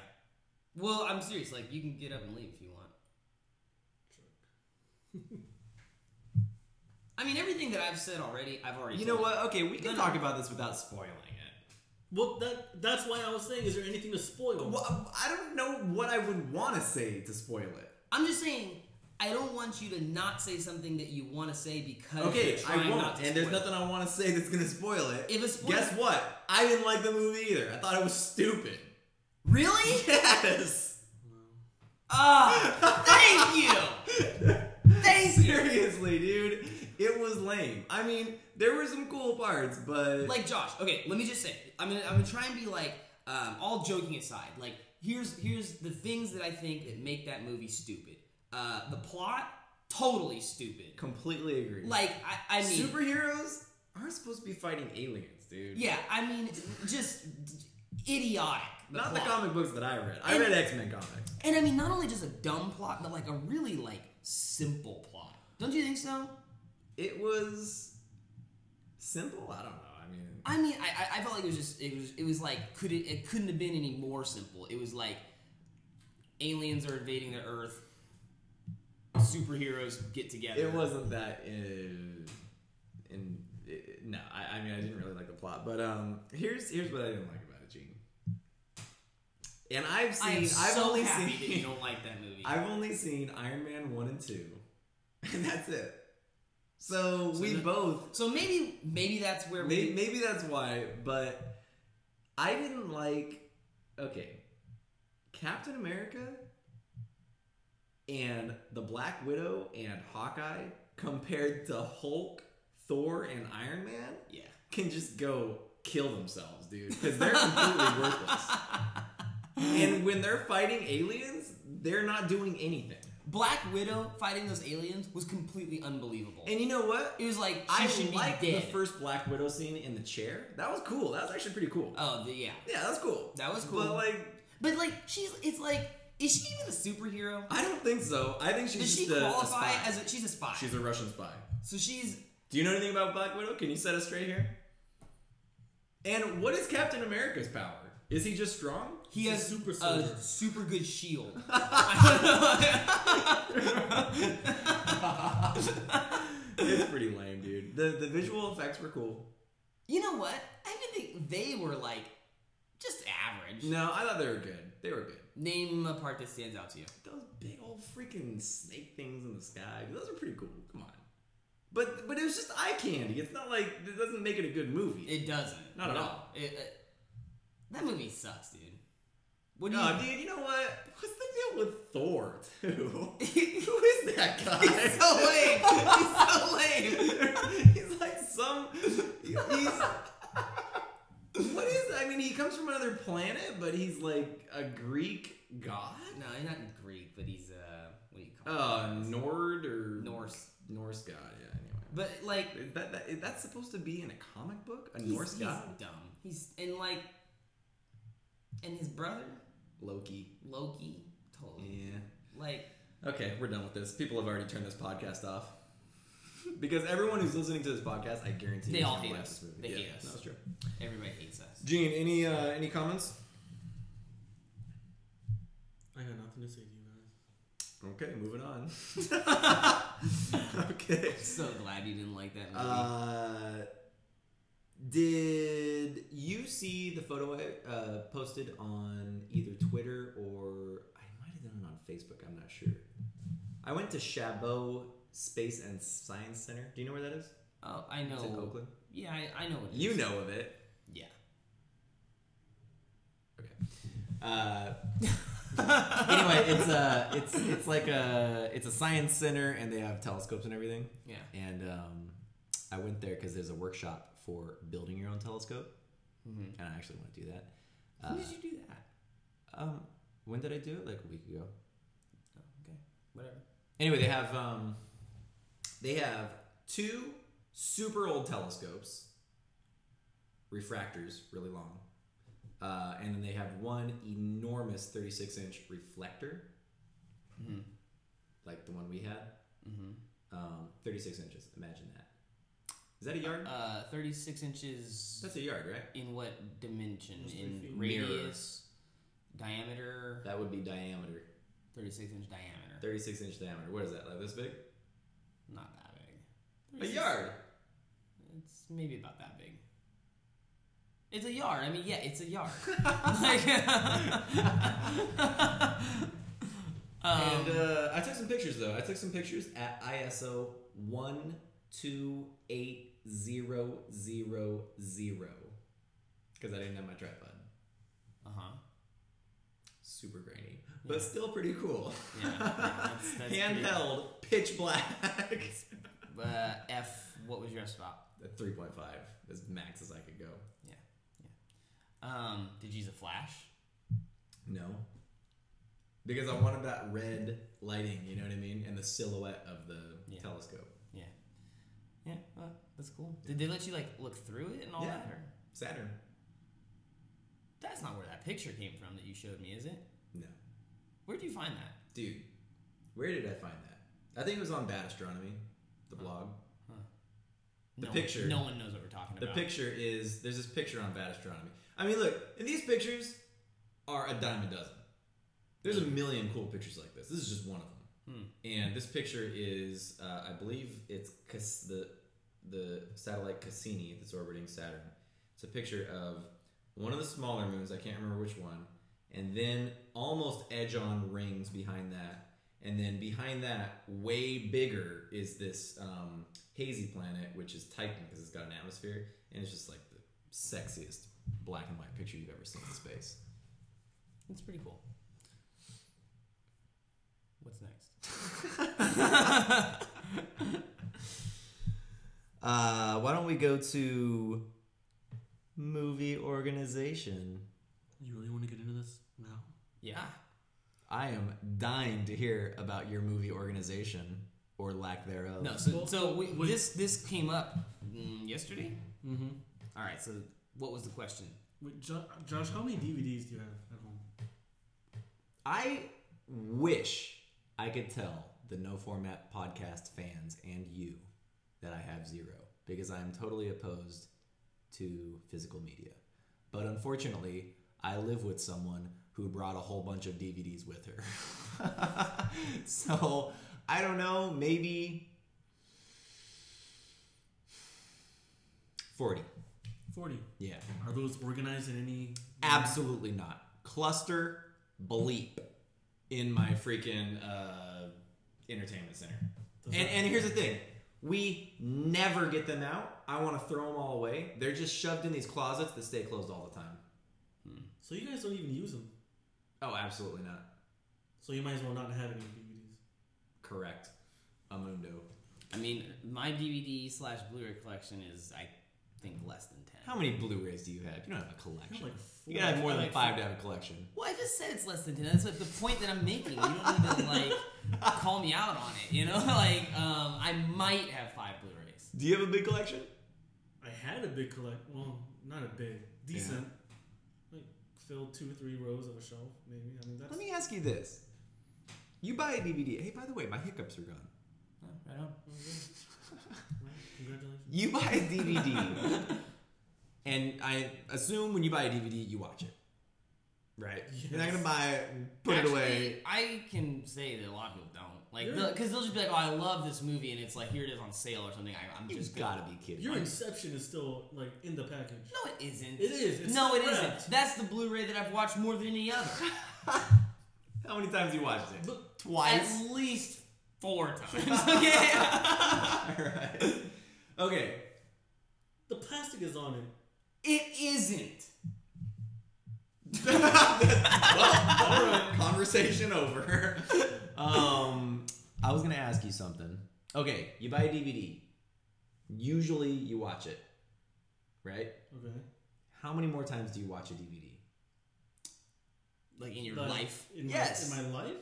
Speaker 1: Well, I'm serious. Like, you can get up and leave if you want. I mean, everything that I've said already, I've already.
Speaker 2: You know
Speaker 1: told
Speaker 2: what? Okay, we can
Speaker 1: No, no.
Speaker 2: talk about this without spoiling it.
Speaker 3: well, that that's why I was saying, is there anything to spoil?
Speaker 2: Well, I don't know what I would want to say to spoil it.
Speaker 1: I'm just saying, I don't want you to not say something that you want to say because
Speaker 2: Okay,
Speaker 1: you're trying
Speaker 2: I
Speaker 1: not
Speaker 2: won't,
Speaker 1: to
Speaker 2: and there's
Speaker 1: spoil it.
Speaker 2: nothing I want to say that's gonna spoil it.
Speaker 1: If a spoil-
Speaker 2: Guess what? I didn't like the movie either. I thought it was stupid.
Speaker 1: Really?
Speaker 2: Yes.
Speaker 1: Ah, thank you. Thank you.
Speaker 2: Seriously, dude, it was lame. I mean, there were some cool parts, but
Speaker 1: like Josh. Okay, let me just say, I'm gonna I'm gonna try and be like, um, all joking aside, like here's here's the things that I think that make that movie stupid. Uh, the plot, totally stupid.
Speaker 2: completely agree.
Speaker 1: Like I, I mean,
Speaker 2: superheroes aren't supposed to be fighting aliens, dude.
Speaker 1: yeah, I mean, just idiotic.
Speaker 2: Not the
Speaker 1: plot.
Speaker 2: comic books that I read. I
Speaker 1: And-
Speaker 2: read X Men comics.
Speaker 1: And I mean, not only just a dumb plot, but like a really like simple plot. Don't you think so?
Speaker 2: It was simple. I don't know. I mean,
Speaker 1: I mean, I, I I felt like it was just it was it was like could it it couldn't have been any more simple. It was like aliens are invading the Earth, superheroes get together.
Speaker 2: it wasn't that in, in it, no I, I mean i didn't really like the plot but um here's here's what i didn't like about it gene and i've
Speaker 1: I
Speaker 2: seen
Speaker 1: am
Speaker 2: i've
Speaker 1: so
Speaker 2: only
Speaker 1: happy
Speaker 2: seen
Speaker 1: that you don't like that movie.
Speaker 2: i've only seen iron man 1 and 2 and that's it So,
Speaker 1: So
Speaker 2: we
Speaker 1: the-
Speaker 2: both
Speaker 1: So maybe maybe that's where
Speaker 2: maybe,
Speaker 1: we
Speaker 2: maybe that's why, but I didn't like. Okay, Captain America and the Black Widow and Hawkeye compared to Hulk, Thor, and Iron Man
Speaker 1: yeah.
Speaker 2: can just go kill themselves, dude, because they're completely worthless. And when they're fighting aliens, they're not doing anything.
Speaker 1: Black Widow fighting those aliens was completely unbelievable.
Speaker 2: And you know what?
Speaker 1: it was like she
Speaker 2: I
Speaker 1: should
Speaker 2: like
Speaker 1: be
Speaker 2: the
Speaker 1: dead.
Speaker 2: first Black Widow scene in the chair. That was cool. That was actually pretty cool.
Speaker 1: oh the, yeah,
Speaker 2: Yeah, that's cool.
Speaker 1: that was cool.
Speaker 2: But like,
Speaker 1: But like she's it's like is she even a superhero?
Speaker 2: I don't think so. I think she's
Speaker 1: Does she
Speaker 2: just a- a
Speaker 1: qualify
Speaker 2: spy.
Speaker 1: as a she's a spy?
Speaker 2: she's a Russian spy.
Speaker 1: so she's
Speaker 2: Do you know anything about Black Widow? Can you set us straight here? And what is Captain America's power? Is he just strong?
Speaker 1: he
Speaker 3: She's
Speaker 1: has
Speaker 3: a super soldier.
Speaker 1: a super good shield.
Speaker 2: it's pretty lame, dude. The the visual effects were cool.
Speaker 1: you know what? I even think they were like just average.
Speaker 2: No, I thought they were good. They were good.
Speaker 1: Name a part that stands out to you.
Speaker 2: Those big old freaking snake things in the sky. Those are pretty cool. Come on. But but it was just eye candy. It's not like it doesn't make it a good movie.
Speaker 1: It doesn't.
Speaker 2: Not at
Speaker 1: No.
Speaker 2: all.
Speaker 1: It, uh, that movie sucks, dude. What do
Speaker 2: No,
Speaker 1: you?
Speaker 2: Uh, dude, you know what? What's the deal with Thor, too? Who is that guy?
Speaker 1: He's so lame. He's so lame.
Speaker 2: he's like some. He's. What is. I mean, he comes from another planet, but he's like a Greek god?
Speaker 1: No, he's not Greek, but he's uh, what do you call
Speaker 2: Uh,
Speaker 1: it?
Speaker 2: Nord or.
Speaker 1: Norse.
Speaker 2: Norse god, yeah, anyway.
Speaker 1: But like,
Speaker 2: That, that, that's supposed to be in a comic book? A
Speaker 1: he's,
Speaker 2: Norse
Speaker 1: he's
Speaker 2: god?
Speaker 1: dumb. He's and like, and his brother
Speaker 2: Loki.
Speaker 1: Loki, totally.
Speaker 2: Yeah.
Speaker 1: Like,
Speaker 2: Okay, we're done with this. People have already turned this podcast off. Because everyone who's listening to this podcast, I guarantee
Speaker 1: They
Speaker 2: is
Speaker 1: all
Speaker 2: gonna
Speaker 1: hate
Speaker 2: laugh
Speaker 1: us.
Speaker 2: this movie.
Speaker 1: They
Speaker 2: yeah,
Speaker 1: hate us.
Speaker 2: no, That's true.
Speaker 1: everybody hates us.
Speaker 2: Gene, any uh, any comments?
Speaker 3: I got nothing to say to you guys.
Speaker 2: Okay, moving on. okay.
Speaker 1: So glad you didn't like that movie.
Speaker 2: Uh, did you see the photo I uh, posted on either Twitter or I might have done it on Facebook? I'm not sure. I went to Chabot Space and Science Center. Do you know where that is?
Speaker 1: oh, I
Speaker 2: It's in
Speaker 1: know.
Speaker 2: Oakland.
Speaker 1: Yeah, I, I know what it
Speaker 2: You
Speaker 1: is.
Speaker 2: know of it.
Speaker 1: Yeah.
Speaker 2: Uh, anyway, it's a it's it's like a it's a science center, and they have telescopes and everything.
Speaker 1: Yeah.
Speaker 2: And um, I went there because there's a workshop for building your own telescope,
Speaker 1: Mhm.
Speaker 2: and I actually want to do that.
Speaker 1: When
Speaker 2: Uh,
Speaker 1: did you do that?
Speaker 2: um, when did I do it? Like a week ago.
Speaker 1: Oh, okay. Whatever.
Speaker 2: Anyway, they have um, they have two super old telescopes, refractors, really long, uh, and then they have one enormous 36 inch reflector,
Speaker 1: Mhm.
Speaker 2: like the one we had.
Speaker 1: Mhm.
Speaker 2: Um, 36 inches. Imagine that. Is that a yard?
Speaker 1: Uh, thirty-six inches.
Speaker 2: That's a yard, right?
Speaker 1: in what dimension?
Speaker 3: Must be feet.
Speaker 1: In
Speaker 2: Mirror.
Speaker 1: radius, diameter,
Speaker 2: That would be diameter.
Speaker 1: thirty-six inch diameter.
Speaker 2: 36 inch diameter. What is that? Like this big?
Speaker 1: Not that big.
Speaker 2: A
Speaker 1: 36
Speaker 2: yard.
Speaker 1: It's maybe about that big. It's a yard. I mean, yeah, it's a yard. Like- Um,
Speaker 2: and uh, I took some pictures though. I took some pictures at ISO 128000 because I didn't have my tripod. uh,
Speaker 1: uh-huh.
Speaker 2: Super grainy, but
Speaker 1: Yeah.
Speaker 2: still pretty cool.
Speaker 1: Yeah, that's- that's
Speaker 2: Handheld, pitch black.
Speaker 1: Uh, F. What was your F spot?
Speaker 2: At 3.5, as max as I could go.
Speaker 1: Um, did you use a flash?
Speaker 2: No. Because I wanted that red lighting, you know what I mean? And the silhouette of the
Speaker 1: Yeah.
Speaker 2: telescope.
Speaker 1: Yeah, well, that's cool. Did they let you like look through it and all
Speaker 2: Yeah.
Speaker 1: that? Or?
Speaker 2: Saturn.
Speaker 1: That's not where that picture came from that you showed me, is it?
Speaker 2: No.
Speaker 1: Where'd you find that?
Speaker 2: Dude, where did I find that? I think it was on Bad Astronomy, the
Speaker 1: Huh.
Speaker 2: blog. The
Speaker 1: no
Speaker 2: picture.
Speaker 1: One, no one knows what we're talking
Speaker 2: The
Speaker 1: about.
Speaker 2: picture is there's this picture on Bad Astronomy. I mean, look, and these pictures are a dime a dozen. There's
Speaker 1: Hmm.
Speaker 2: a million cool pictures like this. This is just one of them. And this picture is, uh, I believe, it's Cas- the the satellite Cassini that's orbiting Saturn. It's a picture of one of the smaller moons. I can't remember which one. And then almost edge on rings behind that, And then behind that, way bigger, is this um, hazy planet, which is Titan because it's got an atmosphere, and it's just like the sexiest black and white picture you've ever seen in space.
Speaker 1: It's pretty cool. What's next?
Speaker 2: Uh, why don't we go to movie organization?
Speaker 3: You really want to get into this now?
Speaker 1: Yeah.
Speaker 2: I am dying to hear about your movie organization or lack thereof.
Speaker 1: No. So, so we, this this came up mm, yesterday.
Speaker 3: Mm-hmm.
Speaker 1: All right. So what was the question?
Speaker 3: Wait, jo- Josh, how many DVDs do you have at home?
Speaker 2: I wish I could tell the no format podcast fans and you that I have zero because I'm totally opposed to physical media. But unfortunately, I live with someone who brought a whole bunch of DVDs with her. so I don't know, maybe 40.
Speaker 3: Forty.
Speaker 2: Yeah.
Speaker 3: Are those organized in any?
Speaker 2: Absolutely not. Cluster bleep in my freaking uh, entertainment center.
Speaker 3: Does
Speaker 2: And,
Speaker 3: that-
Speaker 2: and here's the thing we never get them out. I want to throw them all away. They're just shoved in these closets that stay closed all the time.
Speaker 3: so you guys don't even use them.
Speaker 2: Oh, absolutely not.
Speaker 3: So you might as well not have any DVDs.
Speaker 2: Correct. Amundo.
Speaker 1: I mean, my DVD slash Blu-ray collection is, I think, less than ten.
Speaker 2: How many Blu rays do you have? You don't have a collection.
Speaker 3: I have like four.
Speaker 2: you gotta have more than
Speaker 3: Like
Speaker 2: five to have a collection.
Speaker 1: Well, I just said it's less than ten. That's what the point that I'm making. You don't need to like call me out on it. You know, like um, I might have five Blu-rays.
Speaker 2: Do you have a big collection?
Speaker 3: I had a big collect. Well, not a big, decent. Like filled two or three rows of a shelf, maybe. I mean that's.
Speaker 2: Let me ask you this. You buy a DVD. Hey, by the way, my hiccups are gone.
Speaker 1: Oh, right on.
Speaker 3: Oh, good. Well, Congratulations.
Speaker 2: You buy a DVD, and I assume when you buy a DVD, you watch it. Right. You're not
Speaker 3: Yes.
Speaker 2: gonna buy it, and put
Speaker 1: Actually,
Speaker 2: it away.
Speaker 1: I can say that a lot of people don't like
Speaker 3: You're-
Speaker 1: because they'll just be like, "Oh, I love this movie," and it's like here it is on sale or something. I, I'm
Speaker 2: You
Speaker 1: just
Speaker 2: just
Speaker 1: gonna-
Speaker 2: gotta be kidding.
Speaker 3: Your Inception is still like in the package.
Speaker 1: No, it isn't.
Speaker 3: It is. It's
Speaker 1: no, it
Speaker 3: wrapped.
Speaker 1: not That's the Blu-ray that I've watched more than any other.
Speaker 2: How many times you watched it?
Speaker 1: But
Speaker 2: Twice.
Speaker 1: At least four times. okay.
Speaker 2: Alright. Okay.
Speaker 3: The plastic is on it.
Speaker 1: It isn't.
Speaker 2: Alright, Conversation over. Um, I was gonna ask you something. Okay, you buy a DVD. Usually, you watch it, right?
Speaker 3: Okay.
Speaker 2: How many more times do you watch a DVD?
Speaker 1: Like in your
Speaker 3: But
Speaker 1: life.
Speaker 3: In my,
Speaker 2: Yes.
Speaker 3: In my life.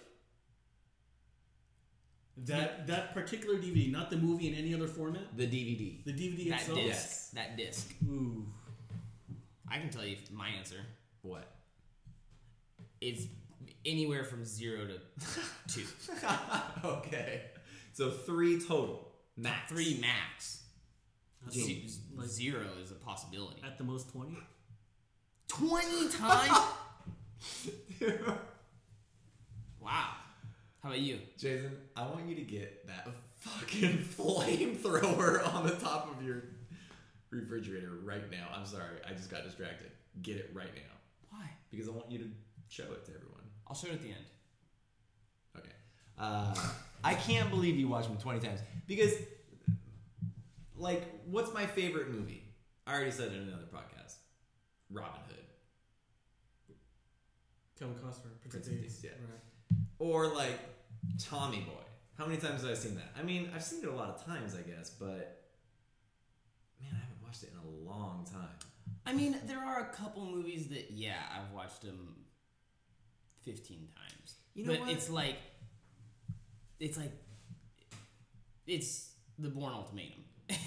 Speaker 3: That that particular DVD, not the movie in any other format.
Speaker 2: The DVD.
Speaker 3: The DVD
Speaker 1: That
Speaker 3: itself.
Speaker 1: disc.
Speaker 2: Yes.
Speaker 1: That disc.
Speaker 3: Ooh.
Speaker 1: I can tell you my answer.
Speaker 2: What?
Speaker 1: It's anywhere from zero to two.
Speaker 2: okay. So three total. Max.
Speaker 1: Three max.
Speaker 3: That's
Speaker 1: Ze-
Speaker 3: like-
Speaker 1: zero is a possibility.
Speaker 3: At the most twenty.
Speaker 1: 20 times?
Speaker 2: Jason,
Speaker 1: wow. How about you?
Speaker 2: I want you to get that fucking flamethrower on the top of your refrigerator right now. I'm sorry, I just got distracted. Get it right now.
Speaker 1: Why?
Speaker 2: Because I want you to show it to everyone.
Speaker 1: I'll show it at the end.
Speaker 2: Okay. Uh, I can't believe you watched them 20 times. Because, like, what's my favorite movie? I already said it in another podcast Robin Hood.
Speaker 3: Kevin Costner.
Speaker 2: Prince of
Speaker 3: Prince of
Speaker 2: Thieves,
Speaker 3: Thieves.
Speaker 2: yeah.
Speaker 3: Right.
Speaker 2: Or like Tommy Boy. How many times have I seen that? I mean, I've seen it a lot of times, I guess, but man, I haven't watched it in a long time.
Speaker 1: I mean, there are a couple movies that, yeah, I've watched them 15 times.
Speaker 2: You know
Speaker 1: but
Speaker 2: what?
Speaker 1: it's like, it's like, it's the Born Ultimatum. um,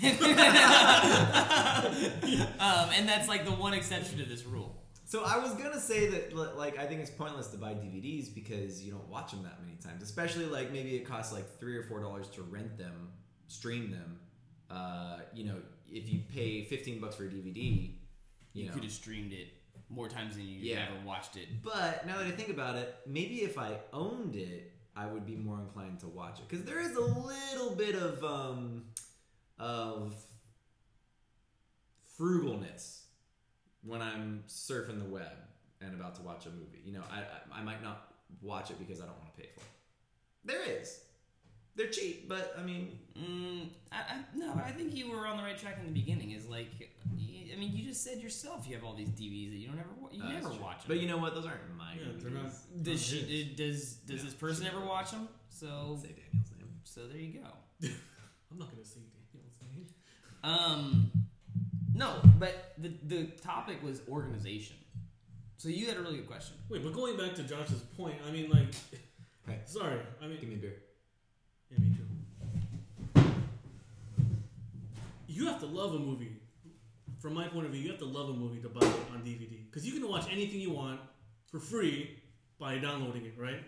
Speaker 1: and that's like the one exception to this rule.
Speaker 2: So I was gonna say that, li- like, I think it's pointless to buy DVDs because you don't watch them that many times. Especially like maybe it costs like three or four dollars to rent them, stream them. Uh, you know, if you pay fifteen bucks for a DVD, you,
Speaker 1: You
Speaker 2: know.
Speaker 1: could have streamed it more times than you
Speaker 2: Yeah.
Speaker 1: ever watched it.
Speaker 2: But now that I think about it, maybe if I owned it, I would be more inclined to watch it because there is a little bit of um, of frugalness when I'm surfing the web and about to watch a movie. You know, I I, I might not watch it because I don't want to pay for it. There is. They're cheap, but I mean,
Speaker 1: Mm, I, I, no, but I think you were on the right track in the beginning. Is like, y- I mean, you just said yourself you have all these DVDs that you don't ever wa- you
Speaker 2: uh,
Speaker 1: never
Speaker 2: it's cheap.
Speaker 1: watch. 'em.
Speaker 2: But you know what? Those aren't my.
Speaker 3: Yeah, they're
Speaker 2: DVDs.
Speaker 3: not.
Speaker 1: does
Speaker 3: not
Speaker 1: she?
Speaker 3: his.
Speaker 1: Did, does does
Speaker 2: No,
Speaker 1: this person
Speaker 2: she
Speaker 1: ever
Speaker 2: never
Speaker 1: watch them? So
Speaker 2: Say Daniel's name.
Speaker 1: so there you go.
Speaker 3: I'm not gonna say Daniel's name.
Speaker 1: Um, no, but the the topic was organization. So you had a really good question.
Speaker 3: Wait, but going back to Josh's point, I mean, like,
Speaker 2: Hey.
Speaker 3: sorry, I mean,
Speaker 2: Give me a beer.
Speaker 3: yeah, me too. You have to love a movie. From my point of view, you have to love a movie to buy it on DVD because you can watch anything you want for free by downloading it, right?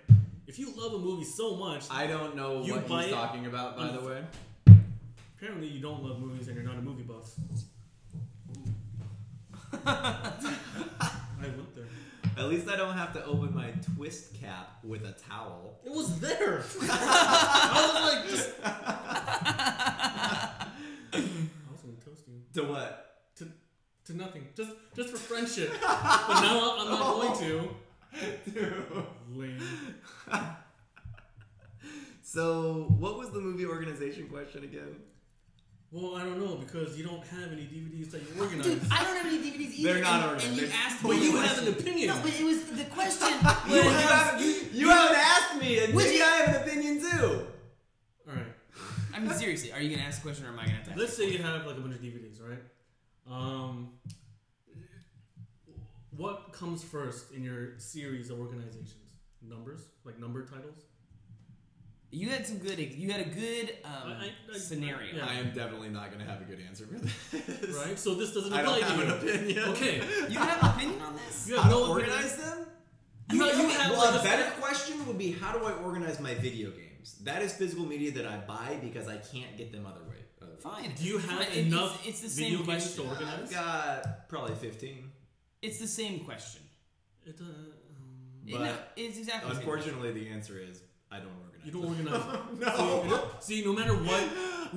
Speaker 3: If you love a movie so much,
Speaker 2: I don't know
Speaker 3: You
Speaker 2: what
Speaker 3: buy
Speaker 2: he's
Speaker 3: it-
Speaker 2: talking about, by the way.
Speaker 3: apparently you don't love movies and you're not a movie buff. I went there.
Speaker 2: At least I don't have to open my twist cap with a towel.
Speaker 3: It was there. I was like, just. I was gonna toast you
Speaker 2: To what?
Speaker 3: to nothing, just just for friendship. but now I'm not going to.
Speaker 2: Dude.
Speaker 3: Lame.
Speaker 2: So, what was the movie organization question again?
Speaker 3: Well, I don't know because you don't have any DVDs that you organize.
Speaker 1: Dude, I don't have any DVDs either.
Speaker 2: They're not
Speaker 1: and,
Speaker 2: organized.
Speaker 1: And you
Speaker 2: They're-
Speaker 1: asked
Speaker 3: but
Speaker 1: me.
Speaker 3: you
Speaker 1: the
Speaker 3: have an
Speaker 1: question.
Speaker 3: opinion.
Speaker 1: No, but it was the question.
Speaker 2: You,
Speaker 1: was-
Speaker 2: haven't, you haven't asked me, and
Speaker 1: Would
Speaker 2: maybe
Speaker 1: you-
Speaker 2: I have an opinion too.
Speaker 3: All right.
Speaker 1: I mean, seriously, are you gonna ask a question or am I gonna have to? ask
Speaker 3: Let's
Speaker 1: it?
Speaker 3: say you have like a bunch of DVDs, right? Um, what comes first in your series of organizations? Numbers, like number titles.
Speaker 1: you had some good. You had a good um,
Speaker 3: I- I- I-
Speaker 1: scenario.
Speaker 3: yeah.
Speaker 2: I am definitely not going to have a good answer for this.
Speaker 3: right? So this doesn't
Speaker 2: I
Speaker 3: apply
Speaker 2: don't have
Speaker 3: to
Speaker 2: an
Speaker 3: you.
Speaker 2: opinion.
Speaker 3: Okay,
Speaker 1: You have an opinion on this?
Speaker 3: you have
Speaker 2: How to
Speaker 3: no
Speaker 2: organize them?
Speaker 3: You,
Speaker 1: No,
Speaker 3: you
Speaker 1: okay,
Speaker 3: have
Speaker 2: Well,
Speaker 3: like,
Speaker 2: a
Speaker 3: a-
Speaker 2: better question would be how do I organize my video games? That is physical media that I buy because I can't get them other way. other-
Speaker 1: Fine.
Speaker 3: Do you have
Speaker 1: Fine, it- it's-
Speaker 3: enough
Speaker 1: It's, the
Speaker 3: video
Speaker 1: same
Speaker 3: games
Speaker 1: question.
Speaker 3: to
Speaker 2: I've
Speaker 3: organize?
Speaker 2: got probably 15.
Speaker 1: It's the same question.
Speaker 3: It, uh, um,
Speaker 1: It- no,
Speaker 2: But
Speaker 1: it's exactly. the same
Speaker 2: Unfortunately, the answer is I don't organize.
Speaker 3: you don't
Speaker 2: them.
Speaker 3: organize.
Speaker 2: no.
Speaker 3: See, see, no matter what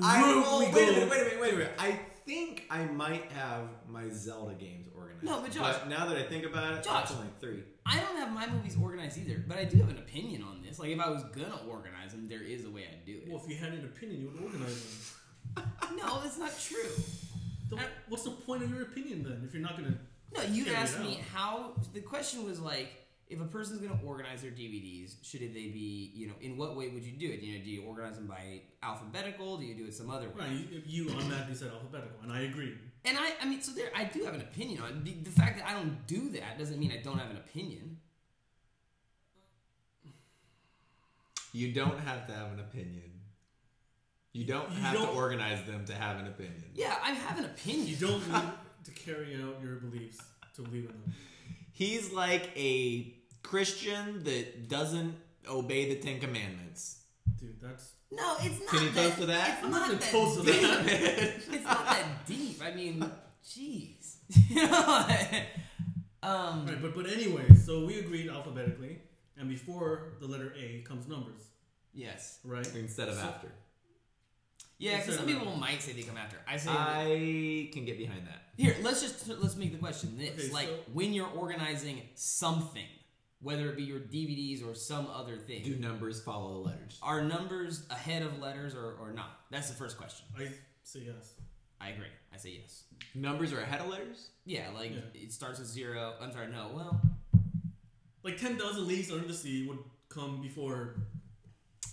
Speaker 2: I,
Speaker 3: route
Speaker 2: well,
Speaker 3: we
Speaker 2: wait
Speaker 3: go,
Speaker 2: a minute, wait a minute, wait a minute. I think I might have my Zelda games organized.
Speaker 1: No, but Josh-
Speaker 2: now that I think about it,
Speaker 1: Josh.
Speaker 2: it's only three.
Speaker 1: I don't have my movies organized either, but I do have an opinion on this. Like, if I was gonna organize them, there is a way I'd do it.
Speaker 3: well, if you had an opinion, you would organize them.
Speaker 1: no, that's not true.
Speaker 3: Then
Speaker 1: I-
Speaker 3: what's the point of your opinion then if you're not gonna?
Speaker 1: No, you
Speaker 3: Figure it
Speaker 1: asked me
Speaker 3: out.
Speaker 1: how. The question was like, if a person's gonna organize their DVDs, should they be, you know, in what way would you do it? You know, do you organize them by alphabetical? Do you do it some other way?
Speaker 3: Right, you, you automatically said alphabetical, and I agree.
Speaker 1: And I, I mean, so there, I do have an opinion on it. The, the fact that I don't do that doesn't mean I don't have an opinion.
Speaker 2: You don't have to have an opinion. You don't
Speaker 3: You have to don't-
Speaker 2: organize them to have an opinion.
Speaker 1: Yeah, I have an opinion.
Speaker 3: You don't need to carry out your beliefs to believe in them.
Speaker 2: He's like a Christian that doesn't obey the Ten Commandments.
Speaker 3: Dude, that's
Speaker 1: No, it's not.
Speaker 2: Can you
Speaker 1: that,
Speaker 2: toast to that?
Speaker 1: It's
Speaker 3: I'm
Speaker 1: not
Speaker 3: not gonna
Speaker 1: that
Speaker 3: toast to
Speaker 1: deep.
Speaker 3: that.
Speaker 1: it's not that deep. I mean, jeez. You know? um,
Speaker 3: right. But but anyway, so we agreed alphabetically, and before the letter A comes numbers,
Speaker 1: yes.
Speaker 3: right?
Speaker 2: Instead of
Speaker 3: So-
Speaker 2: after.
Speaker 1: Yeah, because some
Speaker 3: Yes, sir.
Speaker 1: people might say they come after. I say that-
Speaker 2: I can get behind that.
Speaker 1: here. Let's just let's make the question this:
Speaker 3: Okay,
Speaker 1: like
Speaker 3: so-
Speaker 1: when you're organizing something, whether it be your DVDs or some other thing,
Speaker 2: Do numbers follow the letters?
Speaker 1: are numbers ahead of letters or or not? That's the first question.
Speaker 3: I say yes.
Speaker 1: I agree. I say yes.
Speaker 2: Numbers are ahead of letters?
Speaker 1: Yeah, like
Speaker 3: Yeah.
Speaker 1: it starts with zero. I'm sorry, no. Well,
Speaker 3: Like ten thousand leagues under the sea would come before.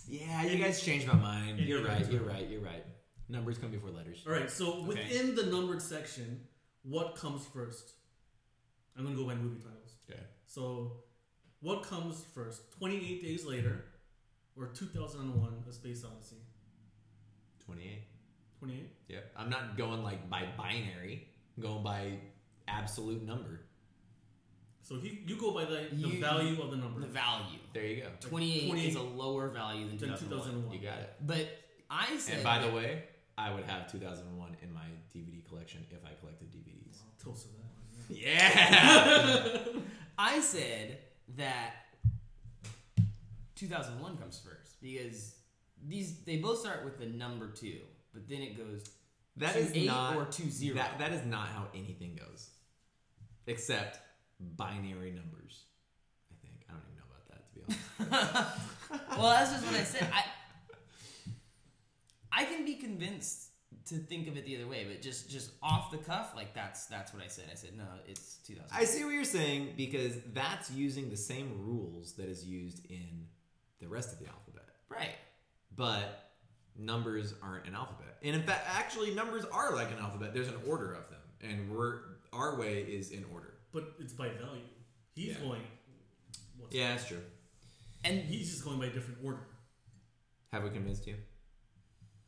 Speaker 2: Yeah,
Speaker 3: And-
Speaker 2: you guys changed my mind.
Speaker 3: and
Speaker 2: You're
Speaker 3: you
Speaker 2: right,
Speaker 3: guys-
Speaker 2: you're right, you're right. Numbers come before letters.
Speaker 3: All right. So
Speaker 1: Okay.
Speaker 3: within the numbered section, what comes first? I'm gonna go by movie titles.
Speaker 2: Okay.
Speaker 3: So, what comes first? Twenty eight days later, or two thousand and one, A Space Odyssey.
Speaker 2: 28.
Speaker 3: Twenty eight.
Speaker 2: Yeah. I'm not going like by binary, I'm going by absolute number.
Speaker 3: So he, you go by the, the
Speaker 1: You-
Speaker 3: value of the number.
Speaker 1: the value.
Speaker 2: There you go.
Speaker 1: 28 is
Speaker 3: 28
Speaker 1: a lower value than
Speaker 3: Then
Speaker 1: 2001.
Speaker 3: 2001.
Speaker 2: You got it.
Speaker 1: But I said,
Speaker 2: And by the way, I would have 2001 in my DVD collection if I collected DVDs.
Speaker 3: Well, toast to that one, yeah.
Speaker 2: Yeah.
Speaker 1: I said that 2001 comes first because these they both start with the number two, but then it goes
Speaker 2: that
Speaker 1: two
Speaker 2: is
Speaker 1: eight
Speaker 2: not
Speaker 1: or two zero.
Speaker 2: that that is not how anything goes. Except binary numbers. I think. I don't even know about that to be honest.
Speaker 1: well, that's just what I said. I I can be convinced to think of it the other way, but just just off the cuff, like that's that's what I said. I said no, it's 2000.
Speaker 2: I see what you're saying because that's using the same rules that is used in the rest of the alphabet.
Speaker 1: right.
Speaker 2: But numbers aren't an alphabet. And in fact, actually, numbers are like an alphabet. There's an order of them, and we're our way is in order.
Speaker 3: But it's by value. He's
Speaker 2: Yeah.
Speaker 3: going. What's
Speaker 2: Yeah, that's true.
Speaker 1: And
Speaker 3: He's just going by a different order.
Speaker 2: Have we convinced you?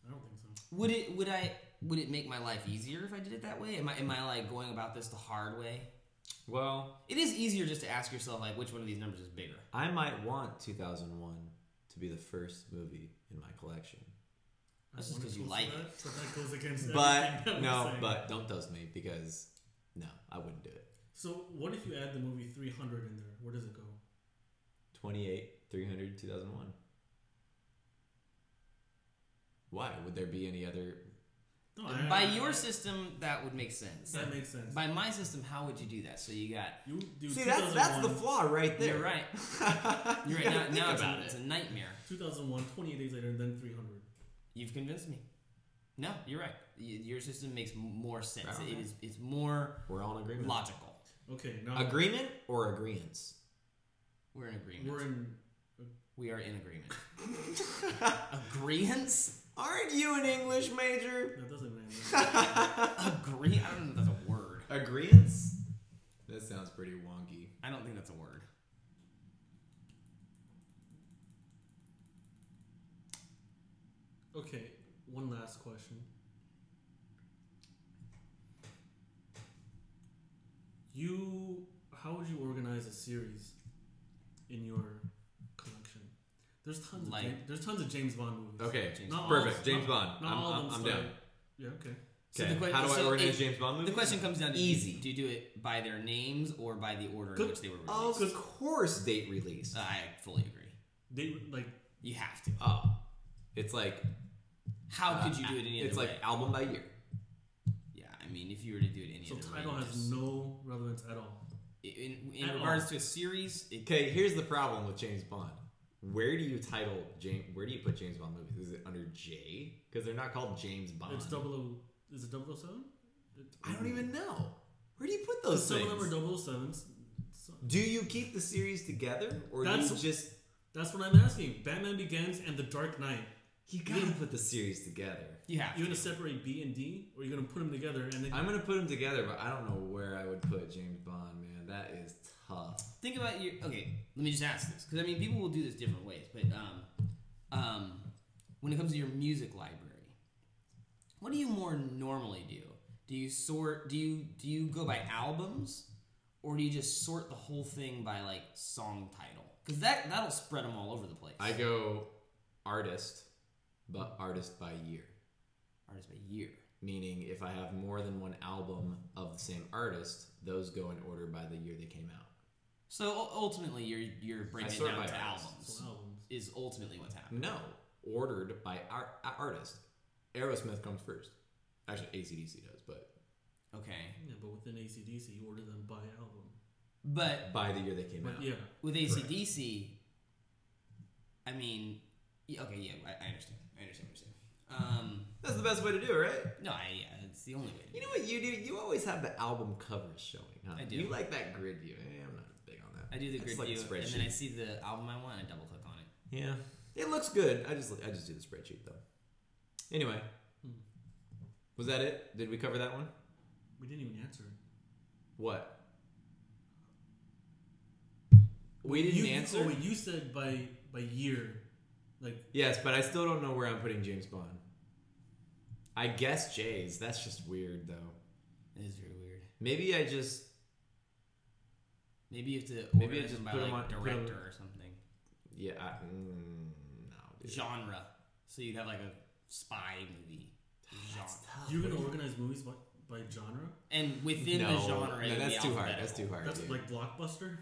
Speaker 3: I don't think so.
Speaker 1: would it would I would it make my life easier if I did it that way? Am I am I like going about this the hard way?
Speaker 2: Well,
Speaker 1: It is easier just to ask yourself like which one of these numbers is bigger.
Speaker 2: I might want 2001 to be the first movie in my collection.
Speaker 1: That's
Speaker 3: I
Speaker 1: just 'cause you
Speaker 3: wonder
Speaker 1: like
Speaker 3: if
Speaker 1: it.
Speaker 3: That, but that goes against. everything that
Speaker 2: But
Speaker 3: we're
Speaker 2: no,
Speaker 3: saying.
Speaker 2: but don't toast me because no, I wouldn't do it.
Speaker 3: So what if you add the movie 300 in there? Where does it go?
Speaker 2: 28, 300, 2001. Why would there be any other?
Speaker 3: No, I-
Speaker 1: By
Speaker 3: I-
Speaker 1: your system, that would make sense.
Speaker 3: That makes sense.
Speaker 1: By my system, how would you do that? So you got
Speaker 3: you do
Speaker 2: See, that's that's the
Speaker 3: 2001
Speaker 2: flaw right there.
Speaker 1: you're right. You're right.
Speaker 2: gotta
Speaker 1: Now,
Speaker 2: think
Speaker 1: now it's,
Speaker 2: about
Speaker 1: a,
Speaker 2: it.
Speaker 1: it's a nightmare.
Speaker 3: 2001, 28 days later, and then 300.
Speaker 1: You've convinced me. No, you're right. Y- Your system makes m- more sense.
Speaker 2: Right.
Speaker 1: It is it's more
Speaker 2: We're all in agreement.
Speaker 1: logical.
Speaker 3: Okay, now
Speaker 2: Agreement or agreeance?
Speaker 1: We're in agreement.
Speaker 3: we're
Speaker 1: We're in,
Speaker 3: in.
Speaker 1: agreement. Agreeance?
Speaker 2: Aren't you an English major?
Speaker 3: That doesn't matter.
Speaker 1: Agree? I don't know if that's a word.
Speaker 2: Agreeance? That sounds pretty wonky.
Speaker 1: I don't think that's a word.
Speaker 3: okay, one last question. You, how would you organize a series in your collection? There's tons
Speaker 1: Like-
Speaker 3: of James, there's tons of James Bond movies.
Speaker 2: Okay,
Speaker 1: James
Speaker 3: Not all-
Speaker 2: perfect. James
Speaker 3: not-
Speaker 2: Bond.
Speaker 3: Not
Speaker 2: I'm,
Speaker 3: all
Speaker 2: I'm,
Speaker 3: of
Speaker 2: I'm
Speaker 3: them.
Speaker 2: down.
Speaker 3: Yeah. Okay.
Speaker 1: So
Speaker 2: Okay,
Speaker 1: the que-
Speaker 2: how do I
Speaker 1: so
Speaker 2: organize
Speaker 1: it-
Speaker 2: James Bond
Speaker 1: The
Speaker 2: movies?
Speaker 1: question comes down to
Speaker 2: Easy.
Speaker 1: Do you, do you do it by their names or by the order in
Speaker 3: Good-
Speaker 1: which they were released?
Speaker 2: Of course, date release.
Speaker 1: I fully agree.
Speaker 3: They would, like
Speaker 1: You have to.
Speaker 2: Oh, it's like
Speaker 1: How
Speaker 2: uh,
Speaker 1: could you do it any other
Speaker 2: It's like
Speaker 1: way?
Speaker 2: album by year.
Speaker 1: Yeah, I mean, if you were to do it any
Speaker 3: so.
Speaker 1: other
Speaker 3: Title
Speaker 1: way, you
Speaker 3: has
Speaker 1: just-
Speaker 3: no relevance at all.
Speaker 1: in, in
Speaker 3: At
Speaker 1: regards
Speaker 3: all.
Speaker 1: to a series, it,
Speaker 2: Okay, here's the problem with James Bond. Where do you title James? Where do you put James Bond movies? Is it under J? Because they're not called James Bond.
Speaker 3: It's double O. Is it double O seven?
Speaker 2: I don't even know. Where do you put those
Speaker 3: Some
Speaker 2: things?
Speaker 3: of them are double O sevens. So-
Speaker 2: do you keep the series together, or do you
Speaker 3: That's-
Speaker 2: just
Speaker 3: That's what I'm asking. Batman Begins and The Dark Knight.
Speaker 2: you gotta put the series together?
Speaker 1: you have
Speaker 3: You
Speaker 1: to.
Speaker 3: gonna separate B and D, or you gonna put them together and then?
Speaker 2: I'm gonna put them together, but I don't know where I would put James Bond. Man, that is tough.
Speaker 1: Think about your okay. Let me just ask this because I mean people will do this different ways, but um, um, when it comes to your music library, what do you more normally do? Do you sort? Do you do you go by albums, or do you just sort the whole thing by like song title? Because that that'll spread them all over the place.
Speaker 2: I go artist, but artist by year.
Speaker 1: artist by year.
Speaker 2: Meaning, if I have more than one album of the same artist, those go in order by the year they came out.
Speaker 1: So u- ultimately, you're you're breaking it
Speaker 2: sort
Speaker 1: down
Speaker 2: by
Speaker 1: to
Speaker 2: artists.
Speaker 1: albums.
Speaker 3: So albums.
Speaker 1: Is ultimately what's happening.
Speaker 2: No, ordered by ar- a- artist. Aerosmith comes first. Actually, ACDC does, but
Speaker 1: Okay,
Speaker 3: Yeah, but within ACDC, you order them by album.
Speaker 1: but
Speaker 2: by the year they came
Speaker 3: But
Speaker 2: out.
Speaker 3: yeah,
Speaker 1: with ACDC, I mean, yeah, okay, yeah, I, I understand. I understand what you're saying. Um,
Speaker 2: That's the best way to do it, right?
Speaker 1: no, I, yeah, it's the only way to do
Speaker 2: You
Speaker 1: it.
Speaker 2: know what you do? You always have the album covers showing, huh?
Speaker 1: I do.
Speaker 2: You like that grid view. Eh, I'm not big on that.
Speaker 1: I do the
Speaker 2: It's
Speaker 1: grid
Speaker 2: like a
Speaker 1: view, and then
Speaker 2: spreadsheet.
Speaker 1: I see the album I want, and I double click on it.
Speaker 2: Yeah. It looks good. I just I just do the spreadsheet though. Anyway.
Speaker 3: Hmm.
Speaker 2: Was that it? Did we cover that one?
Speaker 3: we didn't even answer.
Speaker 2: What? We didn't
Speaker 3: you,
Speaker 2: answer?
Speaker 3: Oh, wait, you said by by year, like
Speaker 2: Yes, but I still don't know where I'm putting James Bond. I guess Jay's. That's just weird though.
Speaker 1: It is very weird.
Speaker 2: Maybe I just
Speaker 1: Maybe you have to
Speaker 2: Maybe I
Speaker 1: organize
Speaker 2: just
Speaker 1: them by
Speaker 2: put 'em
Speaker 1: like
Speaker 2: on- put 'em-
Speaker 1: director or something,
Speaker 2: yeah, I, mm, no. Dude.
Speaker 1: genre. So you'd have like a spy movie genre,
Speaker 2: Oh,
Speaker 3: you're gonna organize movies by, by genre.
Speaker 1: and within
Speaker 2: no,
Speaker 1: the genre, it
Speaker 2: no,
Speaker 1: would
Speaker 2: that's
Speaker 1: be
Speaker 2: too hard. That's too hard.
Speaker 3: That's
Speaker 2: dude.
Speaker 3: like blockbuster.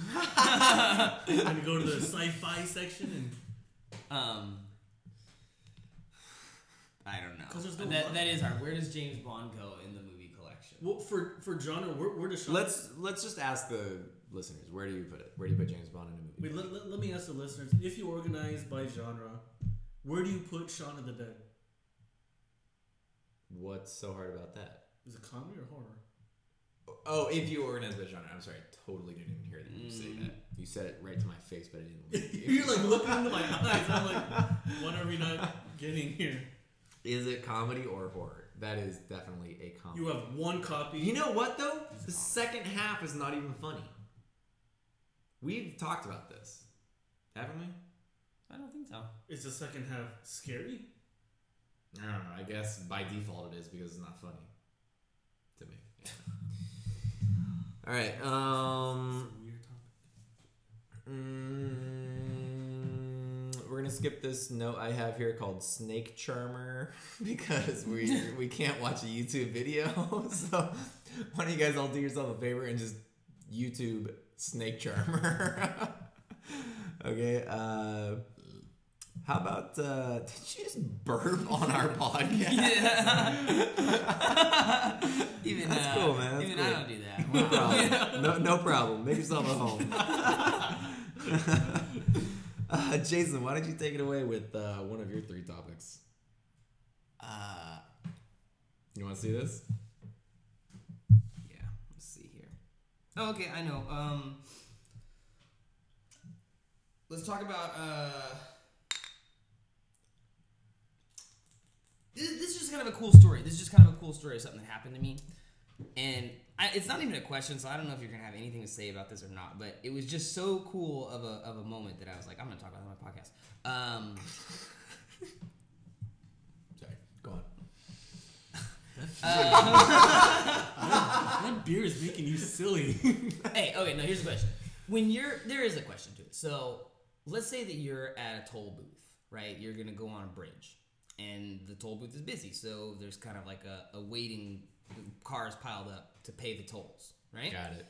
Speaker 3: I'm gonna go to the sci-fi section and
Speaker 1: alphabetical. Um, I don't know.
Speaker 3: 'Cause there's no
Speaker 1: that,
Speaker 3: one.
Speaker 1: that is hard. Where does James Bond go in the movie collection?
Speaker 3: well, for for genre, where, where does genre?
Speaker 2: Let's let's just ask the listeners, where do you put it? Where do you put James Bond in a movie?
Speaker 3: Wait, let, let, let me ask the listeners: If you organize by genre, where do you put Shaun of the Dead?
Speaker 2: What's so hard about that?
Speaker 3: Is it comedy or horror?
Speaker 2: Oh, if you organize by genre, I'm sorry, I totally didn't even hear that you say
Speaker 1: Mm.
Speaker 2: that. You said it right to my face, but I didn't. leave
Speaker 3: You're like looking into my eyes. I'm like, what are we not getting here?
Speaker 2: Is it comedy or horror? That is definitely a comedy.
Speaker 3: You have one copy.
Speaker 2: You know what though?
Speaker 1: It's
Speaker 2: The
Speaker 1: not.
Speaker 2: second half is not even funny. We've talked about this, haven't we?
Speaker 1: I don't think so.
Speaker 3: Is the second half scary?
Speaker 2: I don't know. I guess by default it is because it's not funny to me. All right.
Speaker 3: It's
Speaker 2: Um,
Speaker 3: a weird topic.
Speaker 2: mm, we're gonna skip this note I have here called Snake Charmer because we we can't watch a YouTube video. So why don't you guys all do yourself a favor and just YouTube Snake Charmer? okay. Uh, how about uh, did you just burp on our podcast?
Speaker 1: Even
Speaker 2: That's
Speaker 1: uh,
Speaker 2: cool, man. That's
Speaker 1: even I
Speaker 2: cool.
Speaker 1: don't do that.
Speaker 2: No
Speaker 1: Wow.
Speaker 2: problem. No, no problem. Make yourself at home. uh, Jason, why don't you take it away with uh, one of your three topics?
Speaker 1: Uh,
Speaker 2: You want to see this?
Speaker 1: yeah. Let's see here. Oh, okay, I know. Um, let's talk about. Uh, this, this is just kind of a cool story. This is just kind of a cool story of something that happened to me, and I, it's not even a question, so I don't know if you're gonna have anything to say about this or not. But it was just so cool of a of a moment that I was like, I'm gonna talk about it on my podcast. Um,
Speaker 2: Sorry, go on.
Speaker 1: uh,
Speaker 3: That beer is making you silly.
Speaker 1: hey, okay, no, here's the question. When you're there is a question to it. So let's say that you're at a toll booth, right? You're gonna go on a bridge and the toll booth is busy, so there's kind of like a, a waiting cars piled up to pay the tolls, right?
Speaker 2: Got it.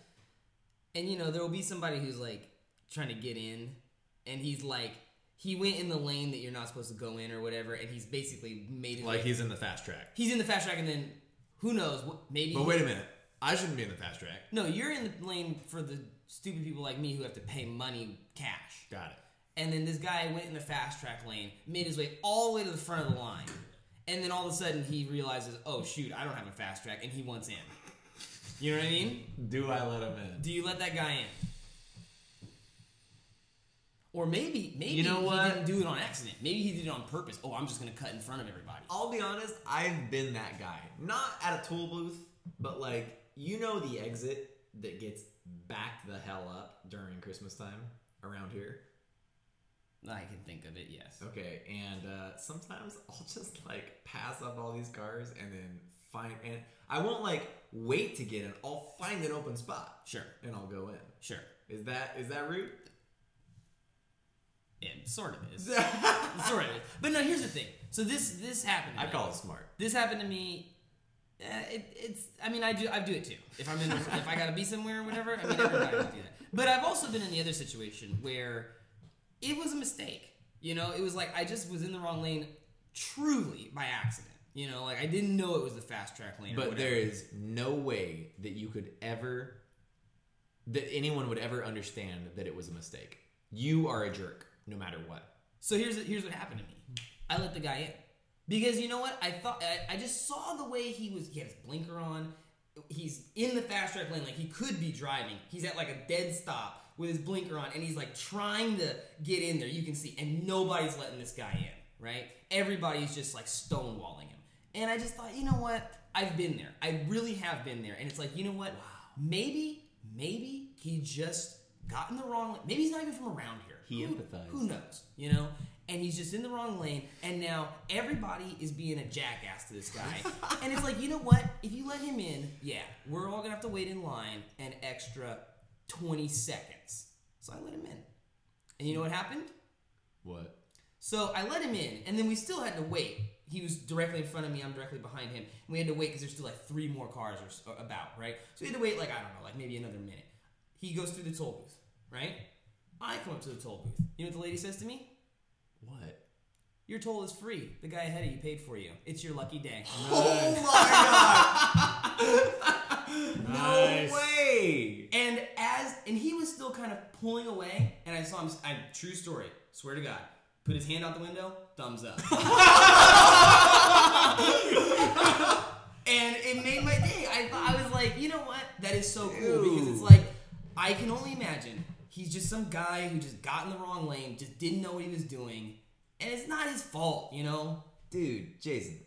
Speaker 1: And you know, there will be somebody who's like trying to get in, and he's like, he went in the lane that you're not supposed to go in or whatever, and he's basically made it
Speaker 2: Like he's in the fast track.
Speaker 1: he's in the fast track, and then who knows? What, maybe.
Speaker 2: But wait a minute. I shouldn't be in the fast track.
Speaker 1: No, you're in the lane for the stupid people like me who have to pay money cash.
Speaker 2: Got it.
Speaker 1: And then this guy went in the fast track lane, made his way all the way to the front of the line, and then all of a sudden he realizes, oh shoot, I don't have a fast track, and he wants in. You know what I mean?
Speaker 2: Do I let him in?
Speaker 1: Do you let that guy in? Or maybe, maybe
Speaker 2: You know what?
Speaker 1: he didn't do it on accident. Maybe he did it on purpose. Oh, I'm just gonna cut in front of everybody.
Speaker 2: I'll be honest. I've been that guy. Not at a toll booth, but like you know the exit that gets backed the hell up during Christmas time around here.
Speaker 1: I can think of it. Yes.
Speaker 2: Okay, and uh, sometimes I'll just like pass up all these cars and then find, and I won't like wait to get in. I'll find an open spot
Speaker 1: Sure.
Speaker 2: and I'll go in.
Speaker 1: Sure.
Speaker 2: Is that is that rude?
Speaker 1: It sort of is. sort of is. But no, here's the thing. So this this happened. to
Speaker 2: I
Speaker 1: me.
Speaker 2: call it smart.
Speaker 1: This happened to me. Uh, it, it's. I mean, I do. I do it too. If I'm in, if I gotta be somewhere or whatever. I mean, everybody would do that. But I've also been in the other situation where it was a mistake. You know, it was like I just was in the wrong lane, truly by accident. You know, like I didn't know it was the fast track lane. or
Speaker 2: But
Speaker 1: whatever.
Speaker 2: there is no way that you could ever that anyone would ever understand that it was a mistake. You are a jerk, no matter what.
Speaker 1: So here's here's what happened to me. I let the guy in because you know what? I thought I, I just saw the way he was. He had his blinker on. He's in the fast track lane, like he could be driving. He's at like a dead stop with his blinker on, and he's like trying to get in there. You can see, and nobody's letting this guy in. Right? Everybody's just like stonewalling him. And I just thought, you know what? I've been there. I really have been there. And it's like, you know what? Maybe, maybe he just got in the wrong. Maybe he's not even from around here.
Speaker 2: He
Speaker 1: Who-
Speaker 2: empathized.
Speaker 1: Who knows? You know. And he's just in the wrong lane, and now everybody is being a jackass to this guy. and it's like, you know what? If you let him in, yeah, we're all gonna have to wait in line an extra 20 seconds. So I let him in. And you know what happened?
Speaker 2: What?
Speaker 1: So I let him in, and then we still had to wait. He was directly in front of me. I'm directly behind him. And we had to wait because there's still like three more cars or s- or about, right? So we had to wait like I don't know, like maybe another minute. He goes through the toll booth, right? I come up to the toll booth. You know what the lady says to me?
Speaker 2: What?
Speaker 1: Your toll is free. The guy ahead of you paid for you. It's your lucky day.
Speaker 2: Oh my god!
Speaker 3: Nice.
Speaker 2: No way!
Speaker 1: And as and he thumbs. I true story. Swear to God. Put his hand out the window. Thumbs up. and it made my day. I thought I was like, you know what? That is so cool because it's
Speaker 2: Ew.
Speaker 1: like I can only imagine he's just some guy who just got in the wrong lane, just didn't know what he was doing, and it's not his fault, you know.
Speaker 2: Dude, Jason,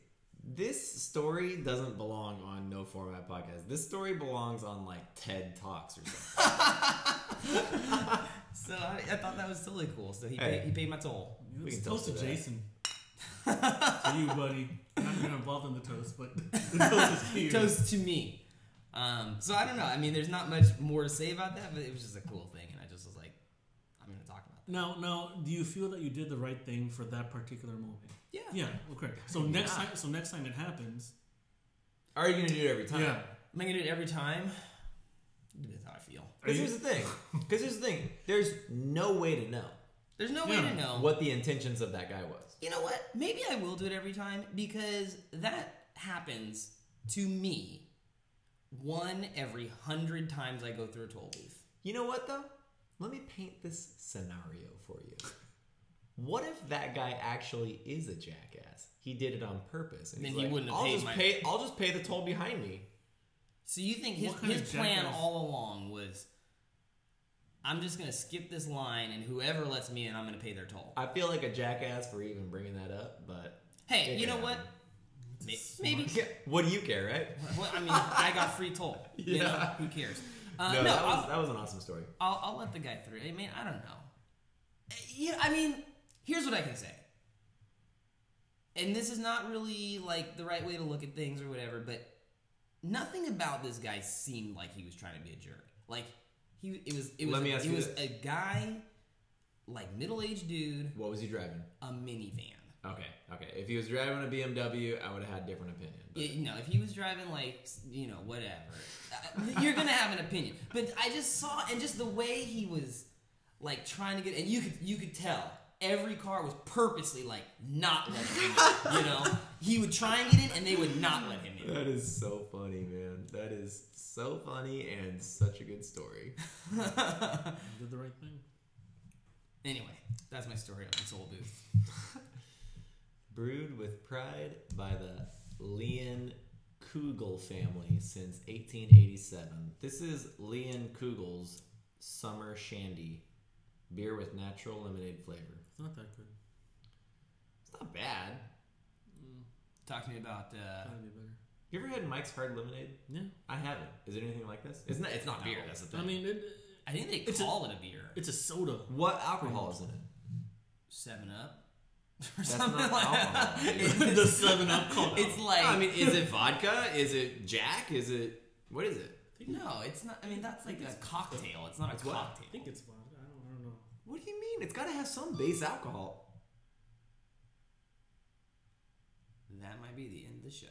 Speaker 2: this story doesn't belong on No Format Podcast. This story belongs on like TED Talks or something.
Speaker 1: So I, I thought that was totally cool. So he
Speaker 2: Hey.
Speaker 1: paid, he paid my toll.
Speaker 3: You
Speaker 2: We
Speaker 3: was
Speaker 2: can
Speaker 3: toast
Speaker 2: toast
Speaker 3: to
Speaker 2: to that.
Speaker 3: Jason. to you, buddy. I'm not gonna involve in the toast, but the toast is to you.
Speaker 1: toast to me. Um, so I don't know. I mean, there's not much more to say about that, but it was just a cool thing, and I just was like, I'm gonna talk about.
Speaker 3: Now, now, do you feel that you did the right thing for that particular moment?
Speaker 1: It. Yeah.
Speaker 3: Yeah. Okay. So next time, so next time it happens.
Speaker 2: Are you gonna do it every time?
Speaker 3: Yeah.
Speaker 1: Am I gonna do it every time? That's how I feel.
Speaker 3: Are
Speaker 2: Because
Speaker 3: you-
Speaker 2: here's the thing. Because here's the thing. There's no way to know
Speaker 1: There's no way
Speaker 3: Yeah.
Speaker 1: to know.
Speaker 2: what the intentions of that guy was.
Speaker 1: You know what? Maybe I will do it every time because that happens to me one every hundred times I go through a toll booth.
Speaker 2: You know what though? Let me paint this scenario for you. What if that guy actually is a jackass? He did it on purpose. And
Speaker 1: Then
Speaker 2: he's
Speaker 1: he
Speaker 2: like,
Speaker 1: wouldn't have
Speaker 2: I'll
Speaker 1: paid
Speaker 2: just
Speaker 1: my-
Speaker 2: pay. I'll just pay the toll behind me.
Speaker 1: So you think his,
Speaker 3: What kind
Speaker 1: his
Speaker 3: of
Speaker 1: plan
Speaker 3: jackass-
Speaker 1: all along was, I'm just gonna skip this line, and whoever lets me in, I'm gonna pay their toll.
Speaker 2: I feel like a jackass for even bringing that up, but
Speaker 1: Hey,
Speaker 2: It
Speaker 1: you know
Speaker 2: can
Speaker 1: what?
Speaker 2: happen.
Speaker 1: May- Maybe.
Speaker 2: what do you care, right?
Speaker 1: Well, I mean, I got free toll. You know,
Speaker 2: Yeah.
Speaker 1: who cares? Uh,
Speaker 2: no,
Speaker 1: no,
Speaker 2: that, was,
Speaker 1: I'll,
Speaker 2: that was an awesome story.
Speaker 1: I'll, I'll let the guy through. I mean, I don't know. Uh, Yeah, I mean, here's what I can say. And this is not really like the right way to look at things or whatever, but nothing about this guy seemed like he was trying to be a jerk. Like he, it was, it was,
Speaker 2: Let me ask
Speaker 1: it
Speaker 2: you
Speaker 1: was
Speaker 2: this.
Speaker 1: a guy, like middle aged dude,
Speaker 2: What was he driving?
Speaker 1: a minivan.
Speaker 2: Okay, okay. If he was driving a BMW, I would have had a different opinion. But
Speaker 1: You know, if he was driving like you know whatever, uh, you're gonna have an opinion. But I just saw and just the way he was like trying to get, and you could you could tell every car was purposely like not letting him in. You know, he would try and get in, and they would not let him in.
Speaker 2: that is so funny, man. That is so funny and such a good story.
Speaker 3: You did the right thing.
Speaker 1: Anyway, that's my story on the soul booth.
Speaker 2: Brewed with pride by the Leon Kugel family since 1887. This is Leon Kugel's Summer Shandy beer with natural lemonade flavor.
Speaker 3: It's not that good.
Speaker 2: It's not bad.
Speaker 1: Talk to me about uh,
Speaker 3: Gotta be better.
Speaker 2: You ever had Mike's Hard Lemonade?
Speaker 3: Yeah.
Speaker 2: I haven't. Is it anything like this? It's not. It's not beer.
Speaker 1: No.
Speaker 2: That's the thing.
Speaker 3: I mean, it,
Speaker 1: I think they
Speaker 3: It's a-
Speaker 1: call it a beer,
Speaker 3: it's a soda.
Speaker 2: what alcohol is in it?
Speaker 1: Seven Up, or
Speaker 2: That's
Speaker 1: something
Speaker 2: not
Speaker 1: like
Speaker 2: alcohol.
Speaker 1: that.
Speaker 2: dude.
Speaker 3: the Seven Up call.
Speaker 1: It's like
Speaker 2: I mean, is it vodka? Is it Jack? Is it what is it?
Speaker 1: no, it's not. I mean, that's like a cocktail. It's not a
Speaker 2: what?
Speaker 1: cocktail.
Speaker 3: I think it's vodka. I don't, I don't know.
Speaker 2: What do you mean? It's got to have some base alcohol.
Speaker 1: That might be the end of the show.